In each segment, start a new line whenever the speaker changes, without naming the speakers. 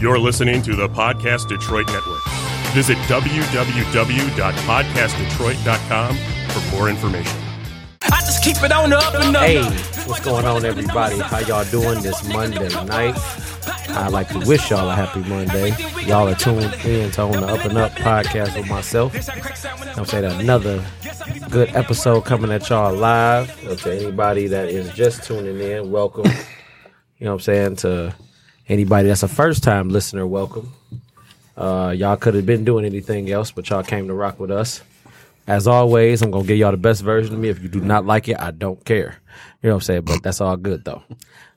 You're listening to the Podcast Detroit Network. Visit www.podcastdetroit.com for more information.
I just keep it on the up and up.
Hey, what's going on, everybody? How y'all doing this Monday night? I'd like to wish y'all a happy Monday. Y'all are tuned in to On the Up and Up podcast with myself. I'm saying another good episode coming at y'all live. Uh, To anybody that is just tuning in, welcome. You know what I'm saying? To anybody that's a first time listener, welcome. Uh, y'all could have been doing anything else, but y'all came to rock with us. As always, I'm gonna give y'all the best version of me. If you do not like it, I don't care. You know what I'm saying? But that's all good though.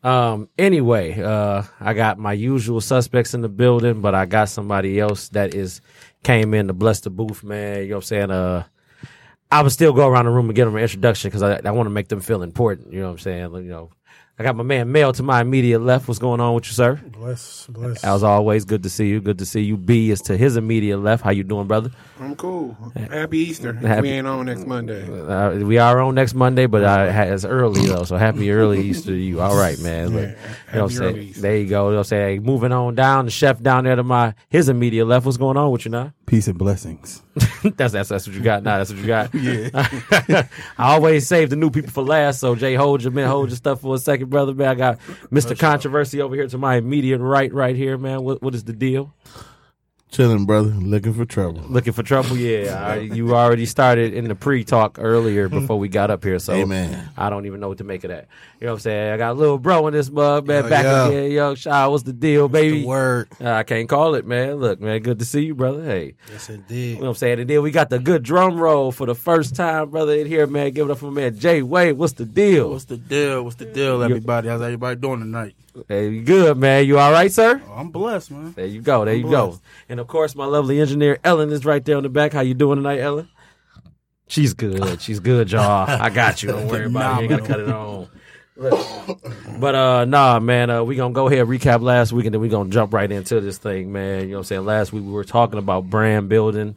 Um, anyway, uh, I got my usual suspects in the building, but I got somebody else that is came in to bless the booth, man. You know what I'm saying? Uh, I would still go around the room and get them an introduction because I, I want to make them feel important. You know what I'm saying? You know, I got my man Mel to my immediate left. What's going on with you, sir?
Bless, bless.
As always, good to see you. Good to see you. B is to his immediate left. How you doing, brother?
I'm cool. Happy Easter.
Happy-
We ain't on next Monday.
Uh, we are on next Monday, but uh, ha- it's early though, so happy early Easter to you. All right, man. But, you know what I'm
happy
saying?
early Easter.
There you go. They'll say, hey, moving on down. The chef down there to my his immediate left. What's going on with you now?
Peace and blessings.
that's that's that's what you got now. That's what you got. yeah. I always save the new people for last. So Jay, hold your man, hold your stuff for a second, brother. Man, I got Mr. Controversy over here to my immediate right, right here, man. What what is the deal?
Chilling, brother. Looking for trouble.
Looking for trouble? Yeah, I, you already started in the pre-talk earlier before we got up here, so
Amen.
I don't even know what to make of that. You know what I'm saying? I got a little bro in this mug, man.
Yo,
back
yo.
again, yo, Shaw. What's the deal, baby?
Word.
Uh, I can't call it, man. Look, man, good to see you, brother. Hey,
Yes,
you
indeed.
know what I'm saying? And then we got the good drum roll for the first time, brother, in here, man. Give it up for my man Jay Wade. What's the deal?
What's the deal? What's the deal, everybody? How's everybody doing tonight?
Hey, you good, man. You all right, sir?
I'm blessed, man.
There you go. There you go.
blessed.
And of course, my lovely engineer Ellen is right there on the back. How you doing tonight, Ellen? She's good. She's good, y'all. I got you. Don't worry about it. You ain't gotta cut it on. Look. But uh nah man, uh we gonna go ahead and recap last week and then we gonna jump right into this thing, man. You know what I'm saying? Last week we were talking about brand building. You know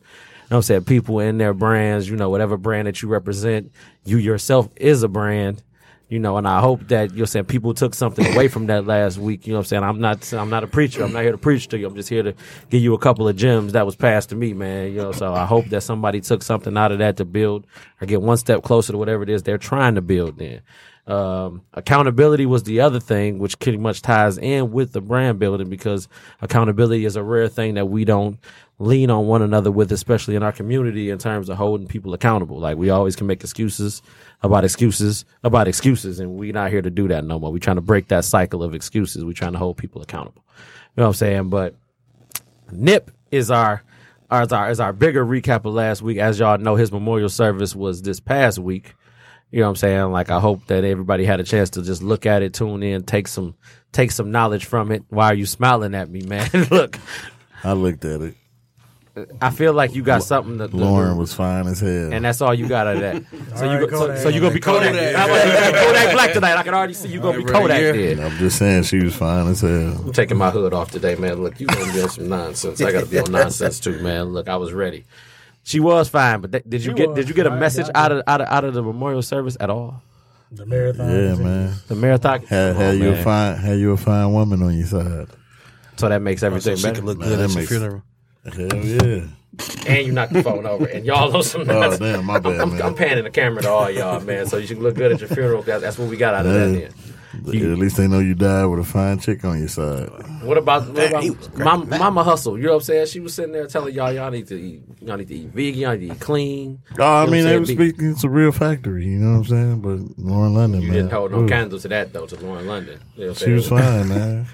what I'm saying? People in their brands, you know, whatever brand that you represent, you yourself is a brand. You know, and I hope that you know what I'm saying people took something away from that last week. You know what I'm saying? I'm not I'm not a preacher. I'm not here to preach to you. I'm just here to give you a couple of gems that was passed to me, man. You know, so I hope that somebody took something out of that to build or get one step closer to whatever it is they're trying to build then. Um, accountability was the other thing, which pretty much ties in with the brand building because accountability is a rare thing that we don't lean on one another with, especially in our community in terms of holding people accountable. Like we always can make excuses about excuses about excuses, and we're not here to do that no more. We're trying to break that cycle of excuses. We're trying to hold people accountable. You know what I'm saying? But Nip is our is our is our bigger recap of last week. As y'all know, his memorial service was this past week. You know what I'm saying? Like I hope that everybody had a chance to just look at it, tune in, take some take some knowledge from it. Why are you smiling at me, man? look,
I looked at it.
I feel like you got something to
Lauren was fine as hell.
and that's all you got out of that. So you
right,
go, so,
Kodak.
so you gonna be Kodak.
Kodak.
I'm gonna be Kodak Black tonight. I can already see you gonna be
Alright,
Kodak
yeah.
there.
I'm just saying she was fine as hell.
I'm taking my hood off today, man. Look, you gonna be on some nonsense. I gotta be on nonsense too, man. Look, I was ready. She was fine, but that, did you
She
get
was
did you get a
fine,
message
yeah.
out of out of out of the memorial service at all?
The marathon.
Yeah, man.
The marathon.
Had,
Come on,
had you a
man.
fine had you a fine woman on your side.
So that
Oh,
makes everything better.
Man, that makes- Hell yeah.
and you knocked the phone over, and y'all on some
Oh
nonsense.
damn, my bad,
I'm,
man.
I'm panning the camera to all y'all, man, so you should look good at your funeral. That- That's what we got out of
Yeah.
that. Then.
At least they know you died with a fine chick on your side.
What about, what about Mama, Mama Hustle? You know what I'm saying? She was sitting there telling y'all, y'all need to eat, y'all need to eat vegan, y'all need to eat clean. You
Oh, I
know what I'm
mean, they
saying?
were
Be-
speaking. It's a real factory, you know what I'm saying? But Lauren London,
You
man,
didn't hold no
ooh,
candle to that though, to Lauren London. You know what I'm
Mm. She was
saying?
fine, man.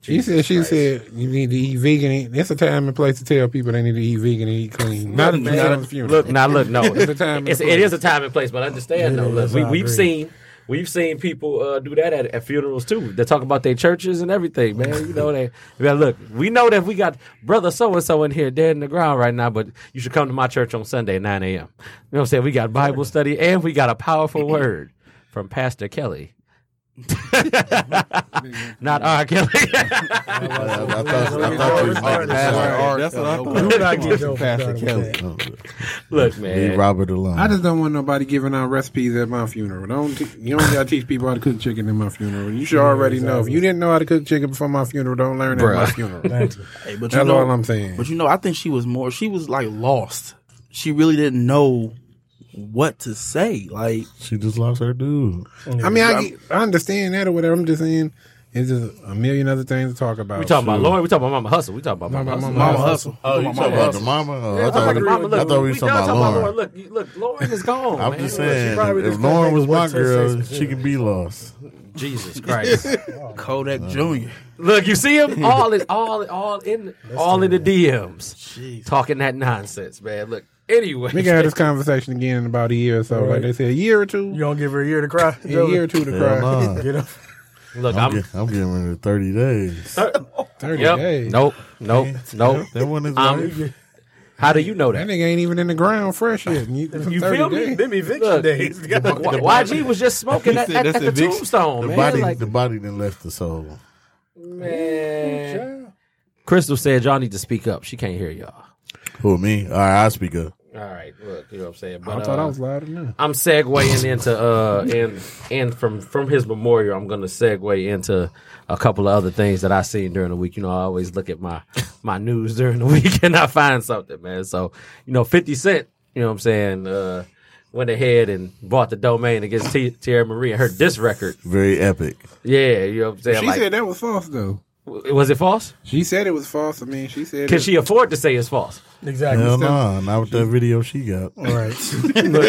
She said, she
Christ.
said, you need to eat vegan. and- That's a time and place to tell people they need to eat vegan and eat clean. Not, not at a funeral.
Look, now look, no,
It's a time and
it's, it
place.
is a time and place, but I understand. though. Look,
is,
we,
I
we've
agree.
seen we've seen people uh, do that at, at funerals too. They talk about their churches and everything, man. You know they. Man, look, we know that we got brother so and so in here dead in the ground right now, but you should come to my church on Sunday at nine a.m. You know what I'm saying? We got Bible study and we got a powerful word from Pastor Kelly. Not R. Kelly.
I thought, I thought you was like Pastor
That's what I
Do
thought.
not get your
Pastor
Pastor
Kelly.
Kelly.
Look,
Leave
man.
Robert alone.
I just don't want nobody giving out recipes at my funeral. Don't te- you don't gotta teach people how to cook chicken at my funeral. You should already know. If you didn't know how to cook chicken before my funeral, don't learn at my
Bruh.
funeral.
Thank you.
Hey, but you
That's
know,
all I'm saying.
But you know, I think she was more. She was like lost. She really didn't know what to say. Like
she just lost her dude.
I mean, I, get- I understand that or whatever. I'm just saying, it's just a million other things to talk about.
We talking about Lauren. We talking about Mama Hustle. We talking about Mama
about
Hustle.
Mama
Mama Hustle.
Oh, you
Mama
talking about the
Hustle.
mama? Oh, I
I
thought
thought,
we
mama, look,
I thought we were
done
talking about Lauren.
Look, you- look, Lauren is gone.
I'm
man.
just
Look, she
saying,
probably
if
just-
Lauren was my
what Tay
girl,
says is
she could be lost.
Jesus Christ.
Kodak
Uh,
Jr.
look, you see him all in all all in all in the DMs, talking that nonsense, man. Look, anyway,
We can have this conversation again in about a year or so. Like they said, a year or two.
You don't give her a year to cry.
Yeah, a year or two to
Hell
cry.
nah.
Get up.
look,
I'm,
I'm,
get- I'm getting rid of 30 days.
Thirty
yep,
days.
nope, nope, nope.
That one is
I'm-
right.
How do you know
That
that?
nigga ain't even in the ground fresh yet. You,
You feel me? Them eviction
Look.
days.
Why- YG was just smoking at,
said
at,
that's
at the
a big-
tombstone,
The
man.
body,
like,
the body then left the soul.
man. Crystal said y'all need to speak up. She can't hear y'all.
Who me? All right, I speak up.
All right, look, you know what I'm saying.
I
But,
thought I
uh,
was loud enough.
I'm segueing into uh and and from from his memorial, I'm gonna segue into a couple of other things that I seen during the week. You know, I always look at my my news during the week and I find something, man. So you know, Fifty Cent, you know what I'm saying, uh, went ahead and bought the domain against T- Tierra Marie and her diss record.
Very epic.
Yeah, you know what I'm saying.
She
like,
said that was false though.
w- was it false?
She said it was false. I mean, she said
Can
it,
she afford to say it's false?
Exactly.
Hell
All
no, nah, not with that video she got.
right.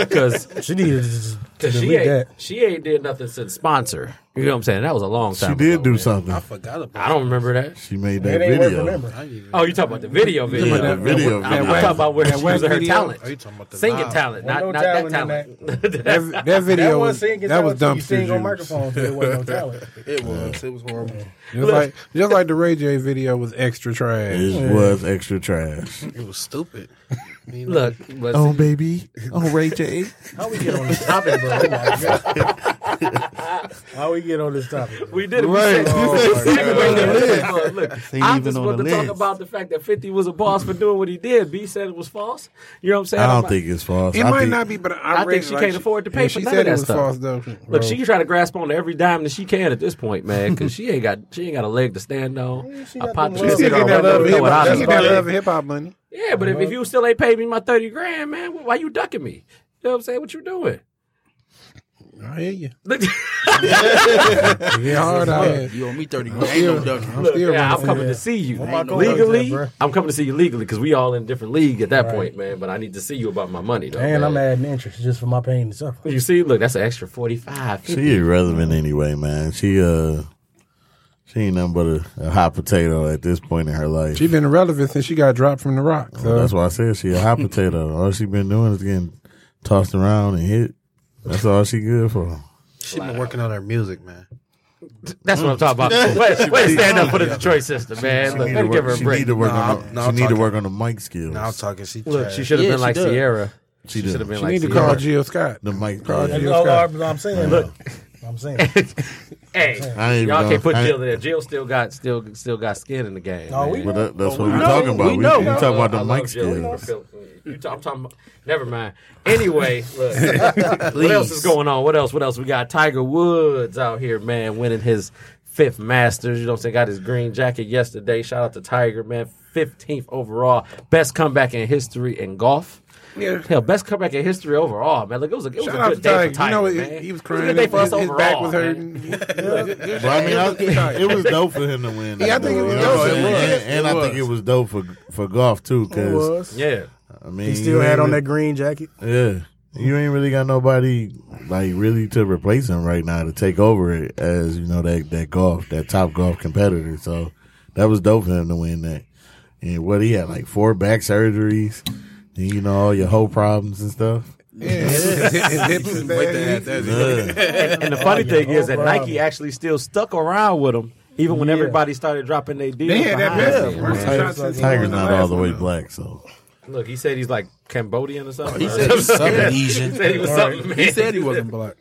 Because
She needed to just
she
delete
ain't,
that.
she ain't did nothing since sponsor. You know what I'm saying? That was a long time.
She did
ago,
do
man.
something.
Forgot about.
I don't remember that.
She made
It
that
ain't worth
video.
remembering.
Oh, you talking about the video video?
Yeah, the video
I'm, I'm
video.
talking about where she
whack
was her
video?
talent,
Are you talking about the
singing
live?
talent, not
Ain't no
not that
talent
talent.
in
that, that video
That one
was
singing
that was dumb
You sing on
juice.
microphone, but it wasn't no talent.
It was. It was horrible.
Just like just like the Ray J video was extra trash.
It was extra trash.
It was stupid.
Look, but
Oh baby, oh Ray J.
How we get on this topic, bro? Oh my God. How we get on this topic?
we did it.
Right.
We said,
Oh,
we
my
segued into it. Look,
Ain't
I
even
just
on
wanted to
the
talk
list.
about the fact that Fifty was a boss for doing what he did. B said it was false. You know what I'm saying?
I
I'm
don't
like-
think it's false.
It
I
might
think,
not be, but I,
I think
read,
she
like,
can't afford to pay
yeah,
for
She
none
said
of that
it was
stuff.
false though.
Look,
bro.
she can try to grasp on to every dime that she can at this point, man, because she ain't got she ain't got a leg to stand on.
she
A
got
pot
them
to
She
love
stick
still
on.
get that love
You know what I
hip-hop.
mean.
hip hop money.
Yeah, but if, if you still ain't paid me my thirty grand, man, wh- why you ducking me? You know what I'm saying? What you doing?
I hear you.
Look,
Yeah, hard out here.
You owe me thirty grand. Ain't no ducking.
I'm still
yeah,
running
I'm
from
coming
it.
to see you
Where my
Ain't no-
coworkers
legally.
at, bruh?
I'm coming to see you legally because we all in different league at that point, man. But I need to see you about my money, though.
And I'm
man.
adding interest just for my pain to suffer.
You see, look, that's an extra forty five.
She irrelevant anyway, man. She uh, she ain't nothing but a, a hot potato at this point in her life.
She been irrelevant since she got dropped from the
Oh,
rock.
Well,
So
that's why I said she a hot potato. All she been doing is getting tossed around and hit. That's all she good for.
She's been working on her music, man.
That's what I'm talking about. Wait, wait, stand up for the Detroit system, man. Look,
She need
let
to
me give her
work,
a
she need
break.
to work
Nah,
on the,
I'm- nah,
she
I'm
need to
talking-
work on the mic skills.
Now I'm talking. She
Look,
trash.
she should have
Yeah,
been
she
like
does.
Sierra. She,
She
should have been
you
like
need to
Sierra.
call Jill Scott.
the mic.
Call
yeah.
you.
That's all I'm I'm saying. Look, I'm saying.
Hey,
I ain't even
y'all
know-
can't put
I ain't-
Jill in there. Jill still got still still got skin in the game.
No,
man.
we-
But that, that's what we
We know,
talking about.
we
We, we,
know.
talking about
I
the
love
mic
Jill. You know,
skills.
You talk, I'm talking about. Never mind. Anyway, look, what else is going on? What else? What else? We got Tiger Woods out here, man, winning his fifth Masters. You know what I'm saying? Got his green jacket yesterday. Shout out to Tiger, man. 15th overall, best comeback in history in golf.
Yeah.
Hell, best comeback in history overall, man. Look, it was a, it was
Shout
a
out to
good day
Tiger.
for
You know,
Tiger,
he,
man.
he
It was
was
a
crying.
good day for us
his, his back
overall,
was
man.
hurting.
But I mean, I, it was dope for him to win.
Yeah, I think it was
You know
dope.
what I'm saying?
It was.
And, and I think it was dope for for golf too, because
Yeah.
I mean,
He still
you
had
ain't
on that
really-
green jacket.
Yeah, you ain't really got nobody like really to replace him right now to take over it as you know that that golf that top golf competitor. So that was dope for him to win that. And what he had like four back surgeries, and you know all your whole problems and stuff.
Yeah, his, his hips is
Wait to add
bad.
that. in.
Yeah.
And, and the funny thing is that
Oh,
Nike actually still stuck around with him, even when everybody started dropping their deals.
They had that
behind him,
best.
man.
worst shot since he
Tiger's
won the
not all
last
the way
one.
black, so
Look, he said he's like Cambodian or something.
He said he was
he
Asian.
said he was something.
He
man.
said he wasn't black.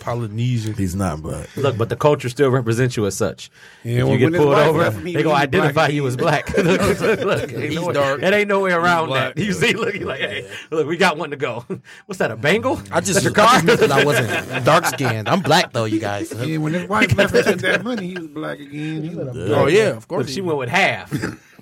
Polynesian.
He's not black.
Look, but the culture still represents you as such.
Yeah,
if
well,
you
when
get
his
pulled
wife
over,
left him, he
they gonna
was
identify
black.
you as black. look, look, ain't no way-
dark.
It ain't no way around that. You see, look, you like, hey, look, we got one to go. What's that? A bangle?
I just
That's your car?
because I
wasn't dark skinned. I'm black though, you guys.
Yeah, when his wife left him that money, he was black again. He was black.
Oh yeah, of
Look,
course.
she went with half.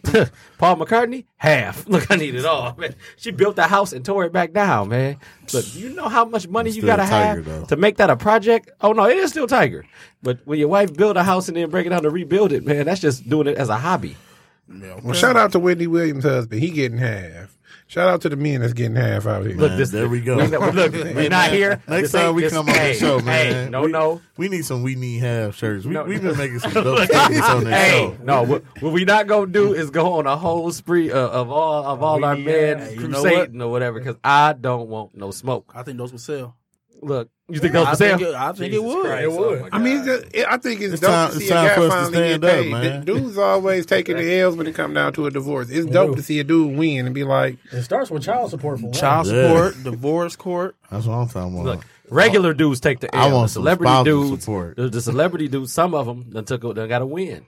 Paul McCartney, half. Look, I need it all, man. She built a house and tore it back down, man. Look, you know how much money
It's
you
still
gotta
Tiger,
have
though.
to make that a project. Oh no, it is still Tiger. But when your wife built a house and then break it down to rebuild it, man, that's just doing it as a hobby.
Well, shout out to Whitney Williams' husband. He getting half. Shout out to the men that's getting half out here.
Look, this,
there we go.
We, look, we're not here. This
Next time
ain't-
we
this-
come on
hey,
the show, man.
Hey, no,
we,
no.
We need some we need half shirts. We,
No.
We've been making some dope statements on this
Hey,
show.
no. What, what we not gonna do is go on a whole spree of, of all of all our men
you know
crusading or whatever, because I don't want no smoke.
I think those would sell.
Look, you think those for sale?
Think it, I think it would.
It
oh
would.
I mean, it's just, it, I think it's,
It's
dope
time-
to
it's
see
time
a guy
for us to
finally
stand
get
up,
paid.
man.
The dudes always taking the L's when it come down to a divorce. It's dope to see a dude win and be like,
It starts with child support for one.
Child
Yeah.
support, divorce court.
That's what I'm talking about.
Look, regular dudes take the L.
Oh. I want
the
some
celebrity
spousal
dudes.
support.
The, the celebrity dudes. Some of them done took. a- Done got a win.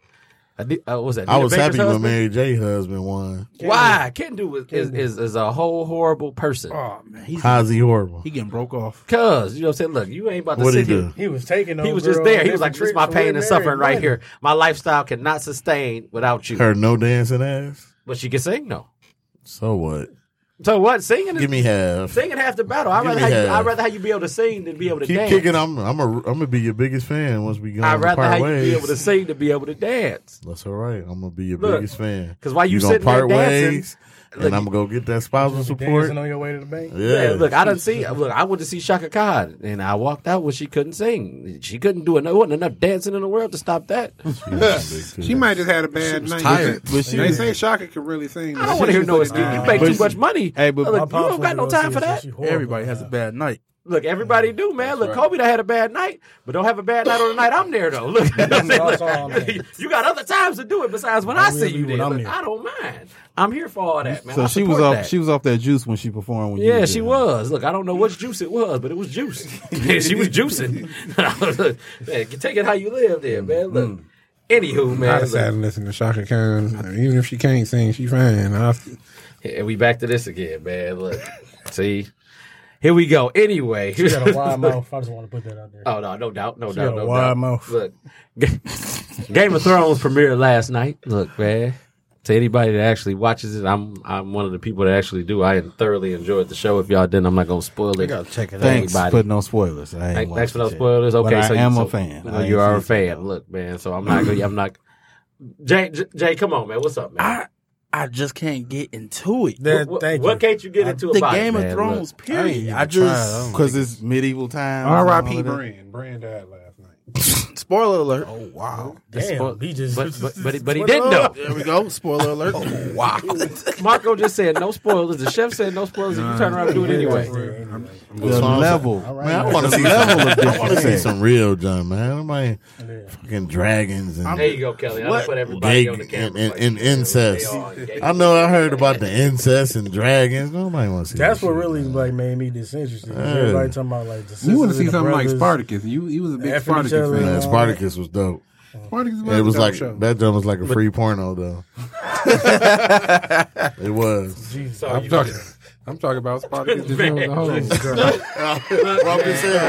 I did, uh, what was that?
I
Nina
was
Baker's
happy when
husband?
Mary J. husband won.
Why? Ken do is, is, is, is a whole horrible person.
Oh. How's he horrible?
He getting broke off.
Cause you know what I'm saying. Look, you ain't about to
What'd
sit
he
here.
do?
He was taking.
He
those
was just
girls
there. He
and
was like, "This
different
is my
trips from
pain and
Mary
suffering right
Martin.
here. My lifestyle cannot sustain without you."
Her no dancing ass.
But she can sing though.
So what?
So what? Singing
Give
is
me half.
singing half the battle. I'd
Give
rather
me
have you,
half.
I'd rather have you be able to sing than be able to
Keep
dance.
kicking. I'm. I'm a. I'm gonna be your biggest fan once we go
I'd rather
part
have you
ways.
be able to sing to be able to dance.
That's all right. I'm gonna be your
Look,
biggest fan.
'cause while you
gonna
sitting there
part
dancing,
ways, and
look,
I'm gonna go get that spousal support.
Dancing on your way to the bank.
Yeah,
Yeah.
look, I didn't see. Look, I went to see Shaka Khan, and I walked out when she couldn't sing. She couldn't do it. There wasn't enough dancing in the world to stop that.
she might just had a bad night.
tired. But she
they
was-
say Shaka can really sing.
I don't want to hear no excuse. You make
But
too
she-
much money.
Hey, but
look,
My
you
pops
don't got
went
no
to go
time
see
for
her.
that.
She horrible.
Everybody has a bad night.
Look, everybody do, man. Look, Kobe done had a bad night, but don't have a bad night on the night I'm there though. Look,
That's all I'm saying.
you got other times to do it besides when I, see
really
you
when
there.
I'm
Look,
here.
I don't mind. I'm here for all that, man.
So
I
she was
support
off.
that.
She was off that juice when she performed. When you
yeah,
was
she
there.
was. Look, I don't know which juice it was, but it was juice. she was juicing. man, take it how you live there, man. Look.
Mm.
Anywho,
I
man,
decided to listen to Shaka Khan. Even if she can't sing, she fine. I,
look, and we back to this again, man. Look, see, here we go. Anyway,
She got a wide mouth. I just want to put that out there.
Oh no, no doubt, no doubt,
got a
no
wide
doubt.
mouth.
Look, Ga- Game of Thrones premiered last night. Look, man, to anybody that actually watches it, I'm I'm one of the people that actually do. I thoroughly enjoyed the show. If y'all didn't, I'm not gonna spoil it.
gotta check it out.
Thanks
Everybody.
for no spoilers. I ain't
Thank- Thanks for
watched
those
it.
spoilers.
But
Okay,
I
so
am
so-
a fan.
well,
I ain't
you are a
seen it.
fan. Look, man. So I'm not. gonna I'm not. Jay, J- Jay, come on, man. What's up, man?
I I just can't get into it.
That-
what,
Uh, thank
what
you.
can't you get into
the
about it,
Game of
man? Look.
Thrones period. I,
I
just
Because it's medieval times. and all
R.I.P.
of that.
Brand. Brand died last night.
spoiler alert.
Oh, Wow.
Damn, he just.
But but but, he- but he didn't though.
There we go. Spoiler alert. wow.
Marco just said no spoilers. The chef said no spoilers. and you turn around and do it anyway.
The level. Man, I want to see level of
I want to see
disrespect.
some real junk, man. Nobody fucking dragons and
There you go, Kelly. I'm gonna put everybody
gay
on the
and,
camera.
and,
Like,
and
you know,
incest.
they are gay.
I know. I heard about the incest and dragons. Nobody wants to see.
That's
that
what
shit,
really
man.
like made me disinterested. 'cause
Yeah.
Everybody talking about like the
You want to
sisters
see
and the
something like
brothers.
Spartacus? You you was a big
F and each
Spartacus
other.
fan.
Man, Spartacus was dope.
Spartacus
It was
a dope
like
show.
that jump was like a free porno though. it was.
So
I'm
you-
talking. I'm talking about Spartacus. the show as a whole.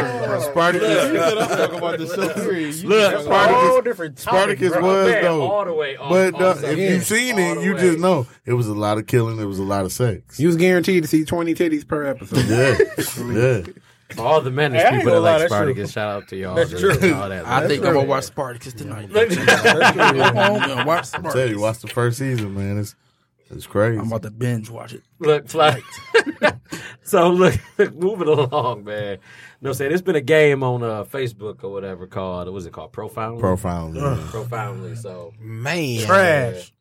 Spartacus,
Look,
Whole different topic,
Spartacus
bro.
was
man,
dope.
all the way off-
But
off the
uh, if
subject.
you've seen
All
it,
the
you
way.
just know it was a lot of killing. It was a lot of sex.
You was guaranteed to see 20 titties per episode.
Yeah, yeah.
For all the managed
Hey, I ain't
people that
gonna lie,
like
that's
Spartacus,
true.
shout out to y'all.
That's
dude,
true.
and all that.
I think I'm gonna watch Spartacus tonight. I'm gonna watch
I tell you,
Spartacus.
watch the first season, man. It's it's crazy.
I'm about to binge watch it.
Look, like, so look, moving along, man. No, say there's been a game on uh, Facebook or whatever called, what was it called? Profoundly?
Profoundly.
Profoundly. So,
Man.
Trash.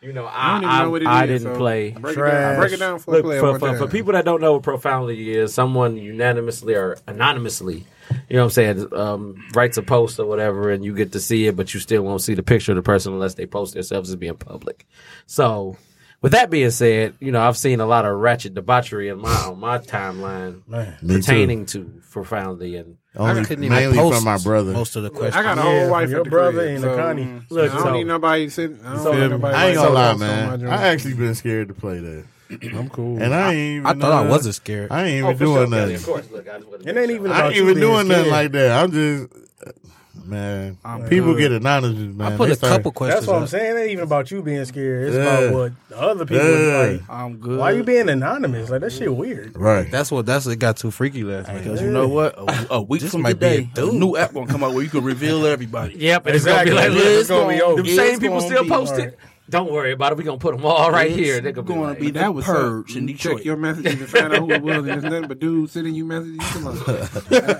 you know,
I
I,
don't even
I,
know what it is.
I didn't
so
play.
Break it,
Trash.
down. break it down for a
Look,
player
for,
one
for,
time.
for people that don't know what profoundly is, someone unanimously or anonymously, you know what I'm saying, um, writes a post or whatever, and you get to see it, but you still won't see the picture of the person unless they post themselves as being public. So, With that being said, you know I've seen a lot of ratchet debauchery in my on my timeline
Me too.
pertaining to profoundly and
Only,
couldn't even
mainly
post
from my brother.
most of the questions.
I got a whole wife
your
at the
brother
crib,
and
so,
a Connie.
Look,
I don't
so-
need nobody sitting. I don't
So-
need nobody.
I ain't gonna
sitting
lie,
on my
man.
joint.
I actually been scared to play that,
I'm cool.
and I ain't. Even
I thought I
uh,
wasn't scared.
I ain't even
Oh, for sure,
doing
Kelly, of
nothing.
course. Look, I just wanted to
It
make
ain't
sure.
even
I
about
ain't
you
even
being
doing nothing
scared.
like that. I'm just, man. people get anonymous, man.
I put
They
a
start-
couple questions.
That's what I'm
up.
saying. It ain't even about you being scared. It's
Yeah.
about what the other people
Yeah.
like.
I'm good.
Why you being anonymous? Like that shit weird.
Right.
That's what. That's it. Got too freaky last night.
Because you know what? A, a week
This
from
might be a
today, a
dude.
new app gonna come out where you can reveal everybody.
Yep, and it's gonna be like,
Exactly.
look,
It's gonna be over.
them
It's
same people
gonna
still
be
post it.
hard.
Don't worry about it. We gonna put them all right here. They're
It's gonna be
like,
the
so
purge in
you
Detroit.
Check your messages and find out who it was. And there's nothing but dudes sending you messages. Come on.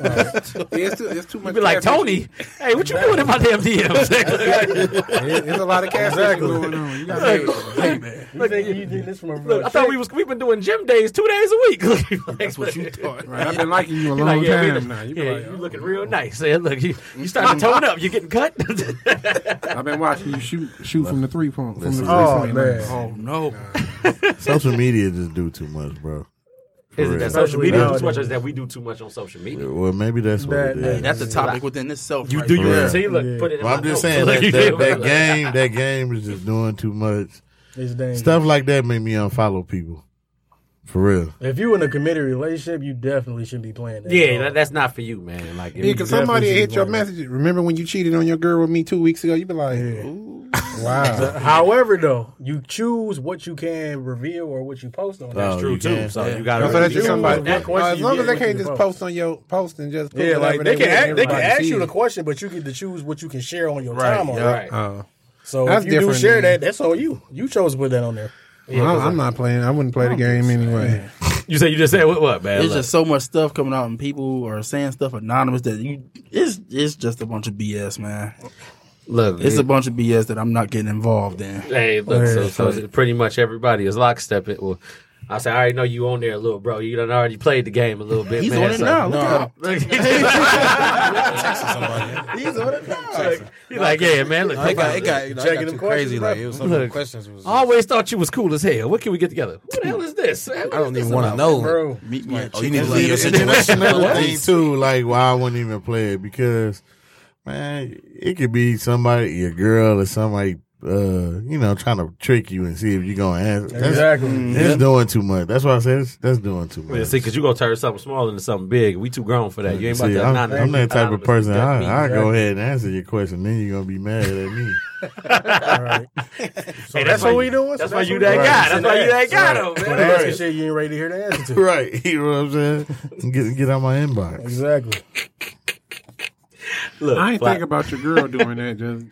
Yeah, it's, too, it's too much.
be like
catfish.
Tony. Hey, what you doing in my damn DMs?
It- It's a lot of catfish going on. You gotta make it.
hey man,
You think you did this from a
Look, I thought we was we've been doing gym days two days a week. Look,
that's what you thought.
Right, I've been liking you a long
like, yeah, we-
time now. You be
yeah,
like,
you
oh,
looking real nice. Yeah, look, you, you starting to tone up. You getting cut?
I've been watching you shoot shoot from the three point. From the three
Oh,
point
man.
line.
Oh no,
Social media just do too much, bro.
Is
real.
it that social media?
Especially
Too much, or is that we do too much on social media?
Well, maybe that's what
That-
it is.
that's a topic within itself.
You
right
do
there.
your
Yeah.
routine. Look, put it. In
Well,
my
I'm
notes.
just saying
Look,
that,
you
that,
feel me?
that game, that game is just doing too much.
It's dangerous.
Stuff like that made me unfollow people. For real.
If you in a committed relationship, you definitely shouldn't be playing that.
Yeah, that, that's not for you, man. Like,
Yeah, because somebody
Definitely
hit your
should be
messages. Remember when you cheated on your girl with me two weeks ago? You be like, ooh, wow.
However, though, you choose what you can reveal or what you post on.
Oh,
that.
you can't.
So you
So
got
that's just
You
somebody.
know what
uh,
question
as
you
long
get,
as they
what
can't
you
just
post.
post on your post and just put
Yeah, like
whatever
they can
want,
ask, they can
everybody
ask
see
you the
it.
question, but you get to choose what you can share on your time. on
right.
it. So
That's
if you do
different
share
than-
that, that's all you. You chose to put that on there.
Well, I'm, I'm not playing. I wouldn't play the game anyway.
You say you just said what? What, man?
There's just so much stuff coming out, and people are saying stuff anonymous that you. It's it's just a bunch of BS, man.
look,
It's a bunch of BS that I'm not getting involved in.
Hey, look, so, so it's pretty much everybody is lockstep it. Well, I said, I already know you on there a little, bro. You done already played the game a little bit,
He's
man.
on it
so-
now. Look at him.
He's on it
He like, yeah, man. Look,
It got, it got, it got
Checking
too
them
crazy.
questions,
Like
bro.
it was some of the
Look.
questions was.
I always thought you was cool as hell. What can we get together? What the hell is this? I
I don't even want to know.
bro.
Meet me. at
Oh, you need to leave your
Chick-fil-A.
That's
situation.
another thing too, like why I wouldn't even play it because man, it could be somebody your girl or somebody uh, you know, trying to trick you and see if you're gonna answer. That's, Mm.
Exactly.
It's doing too much. That's why I said it's, that's doing too much.
see, because you going to turn something small into something big. We too grown for that. You ain't about
See,
to
I'm,
anonymous-
I'm that type of
anonymous
person.
that
I
beat.
I go ahead and answer your question, then you're gonna be mad at me.
All right. So
Hey,
that's what we doing. So
That's why you
what we
that
doing.
guy. That's why you that guy,
Right.
though,
Quit
man.
asking shit you ain't ready to hear the answer to.
right? You know what I'm saying? Get get out my inbox.
Exactly.
Look,
I ain't
fly-
think about your girl doing that. Just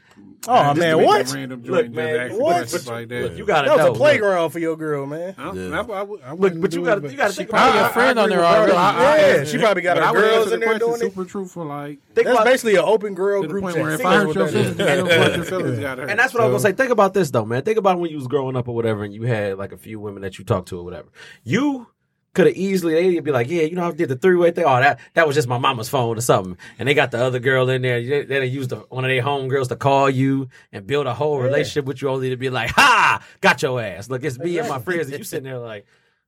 Oh
just
man,
make a
what?
Random joint,
Look,
just
man,
ask
what?
questions like that.
look, you got to know.
That was a
look.
playground for your girl, man.
I don't- that's why I would- I
Look,
wouldn't
but you
do
got
it,
to you got to
but-
think
I-
about
I
your
agree
friend on
with
there
Barbara.
already.
I- I-
Yeah, she probably got
But I
her
would
girls
answer
in
the
there
question
doing it.
super truthful, like
Think
That's
about-
basically an open girl
to the
group
point
chat.
where if
See,
I
that's
hurt
what
your
that is.
feelings, you don't hurt your feelings. you gotta hurt.
And that's what I was
So-
gonna say. Think about this though, man. Think about when you was growing up or whatever, and you had like a few women that you talked to or whatever. You could have easily they'd be like, yeah, you know, I did the three way thing. Oh, that that was just my mama's phone or something. And they got the other girl in there. They, they done used the, one of their homegirls to call you and build a whole relationship with you, only to be like, ha, got your ass. Look, it's me and my friends, and you sitting there like.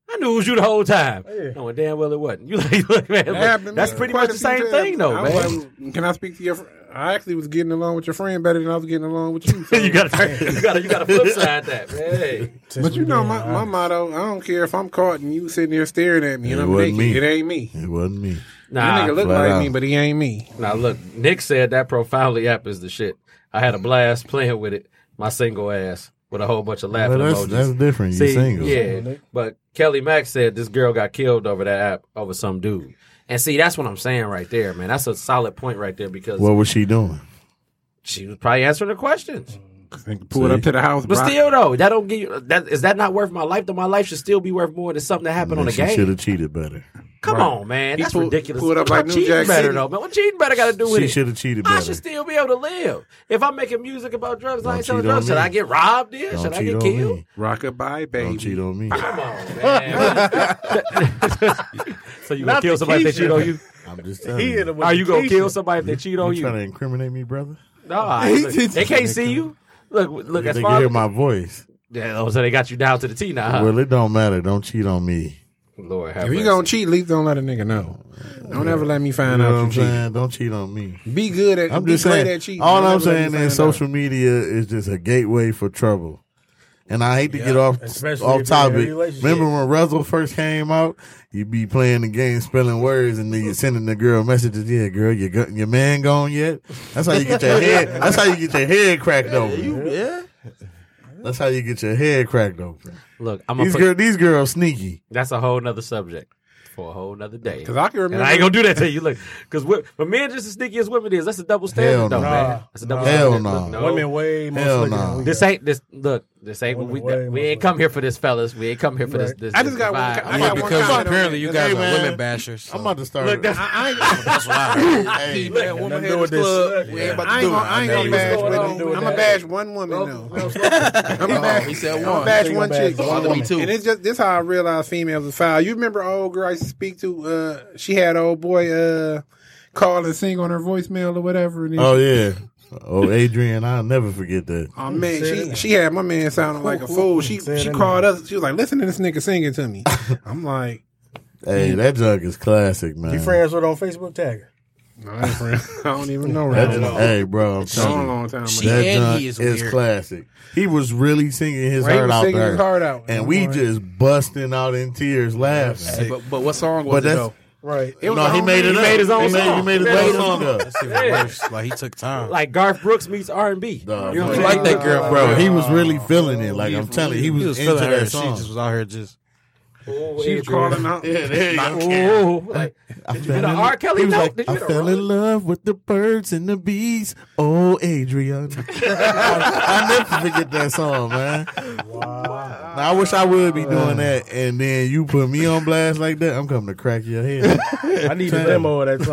I knew it was you the whole time.
Yeah.
No, and damn well it wasn't. You like, look, man, look,
It happened,
that's
man.
pretty
Quite
much the
a few
same
times.
thing, though,
I
man.
was like, Can I speak to your? Fr- I actually was getting along with your friend better than I was getting along with you. so-
you gotta, you gotta, you gotta flip side that, man. Hey.
but you know my, my motto. I don't care if I'm caught and you sitting there staring at me and
It
I'm naked.
wasn't me.
It ain't me.
It wasn't me.
Nah,
that nigga look
flat
like
out.
me, but he ain't me.
Now look, Nick said that profoundly app is the shit. I had a blast playing with it, my single ass, with a whole bunch of laughing
Well, that's
emojis.
that's different. You
See,
single.
yeah. But Kelly Mack said this girl got killed over that app over some dude. And see, that's what I'm saying right there, man. That's a solid point right there because
What was she doing?
she was probably answering the
Mm-hmm.
questions.
Pulled up to the house.
But
bro.
still, though, that don't give you. That is that not worth my life? That my life should still be worth more than something that happened on a
she should
game.
have cheated better.
Come on, man,
He
that's
pulled-
ridiculous.
pulled
What
up like
about
New
cheating
Jack
better
City?
though, man. What cheating better got to do with
She
it?
should have cheated
I
better.
should still be able to live. If I'm making music about drugs, and I
Don't
ain't selling
cheat on
drugs. Should
me.
I get robbed? Then
Don't
should I
cheat
get
on
killed?
me.
Rock a bye,
Don't cheat
baby.
on me.
Come on, man. so you gonna kill somebody if they cheat on you?
I'm just telling
He
you.
in it with
Are you gonna
Keisha.
kill somebody if they cheat on
you trying to
you?
incriminate me, brother?
Nah, look, they can't see you. Look, look.
They
As
can
far
hear
as
my voice.
Yeah, oh, so they got you down to the T now. Huh?
Well, it don't matter. Don't cheat on me.
Lord, have
If you
mercy.
gonna cheat, at least don't let a nigga know. Don't ever let me
You
find
know what
out you
I'm
cheating.
saying? Don't cheat on me.
Be good at.
I'm
be
just
great
saying.
at cheating.
All
Don't
I'm
ever let me
saying
find
is
out.
social media is just a gateway for trouble. And I hate to get off
especially
off
if you're in a
topic.
relationship.
Remember when Russell first came out? You be playing the game, spelling words, and then you sending the girl messages. Yeah, girl, your gu- your man gone yet? That's how you get your head. That's how you get your head cracked open.
Yeah.
That's how you get your head cracked open.
Look, I'm a
These girl, these girls sneaky.
that's a whole nother subject for a whole nother day.
Cause I can
And
remember.
I ain't gonna do that to you. Look, because but men just as sneaky as women is. That's a double standard,
Hell
though,
no.
man. That's a double
Hell
standard.
no.
Look,
Women way more
Hell
slicker
no.
than we
This
are.
ain't this. Look, this ain't what we.
Women way
we ain't
more-
come here for this, fellas. We ain't come here for this. this
I just got one
vibe.
co- I
Yeah,
got one comment
because
on
apparently
that.
you
Hey,
guys
man.
are women bashers. So.
I'm about to start.
Look, that's-
I ain't gonna.
That's what I heard. hey,
That woman
do
had
with
this
this.
club.
Yeah.
we ain't about
I
to
ain't
do it.
gonna, I ain't gonna bash
what's going
women.
on with
I'm gonna
that.
bash one woman though. I'm gonna
he
bash.
said
I'm
one.
gonna bash one
Single
chick.
bash,
one woman.
And it's just this how I realized females are foul. You remember old girl I used to speak to? Uh, she had old boy uh, call and sing on her voicemail or whatever. And then
oh yeah. Oh, Adrian, I'll never forget that.
Oh man,
Say
she,
that.
she had my man sounding like a fool. She
Say
she
that.
called us. She was like, "Listen to this nigga singing to me." I'm like,
Hey, that jug is classic, man.
You friends with her on Facebook tag her.
no, I, ain't friend. I don't even know
That-
right now.
hey, bro, I'm
A long,
telling you,
long time.
She-
ago.
that
And
junk
he
is,
is weird.
classic. He was really singing his
Ray
heart
was
out
singing
there,
his heart out.
and we
Right.
just busting out in tears, laughing.
Hey, but, but what song was
But
it
that's-
though?
Right.
It was
no,
a
he
whole
made
nigga.
it up.
made his own
he made,
song.
He made his
He made
own
his
song up.
That's even worse. Like he took time.
Like Garth Brooks meets R and B.
Nah,
you
bro.
like that girl,
bro,
He,
he was really feeling it. Like I'm telling you, he was,
was
into
feeling her.
that
She
song.
just was out here just.
She was calling out.
yeah, there you go.
Ooh, like,
I
you
fell
get a
in-
R. Kelly
he was
note?
like,
Did you
I
get a
fell
Rolling-
in love with the birds and the bees. Oh, Adrian. I, I never forget that song, man. Now, I wish I would be
Uh.
doing that. And then you put me on blast like that, I'm coming to crack your head.
I need a demo of that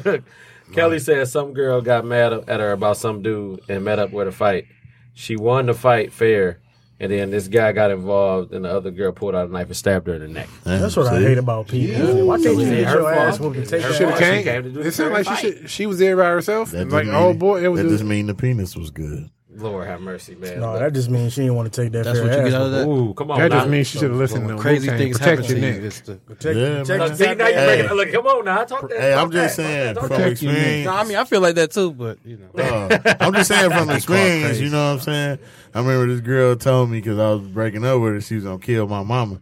song.
Kelly said some girl got mad at her about some dude and met up with a fight. She won the fight fair, and then this guy got involved, and the other girl pulled out a knife and stabbed her in the neck.
That's what I hate about people. Why can't you
It
get
her
your
fault.
ass whooped and take
It was
that?
her
Should
fault.
have
She
came.
came to do
It
the
sounded like she
fight.
should, she was there by herself.
That just
Like,
mean-
oh boy, it was
that
just,
just mean the penis was good.
Lord have mercy, man.
No, that just means she didn't want to take that
That's
fair
what you
ass
get out of that.
Ooh, come on.
that
now.
just means she should have listened to
Crazy
Wu-Tang.
things
Protect
happen
your
to
neck.
you. It's the-
Protect,
Yeah,
protect
man.
Look, see, now you
goddamn-
breaking. Look, come on now. Talk that.
Hey,
talk
I'm just
that.
saying
Talk
from
that.
your neck.
experience.
No, I mean I feel like that too, but you know.
Uh, I'm just saying from experience,
crazy.
you know what I'm saying? I remember this girl told me because I was breaking up with her, she was going to kill my mama.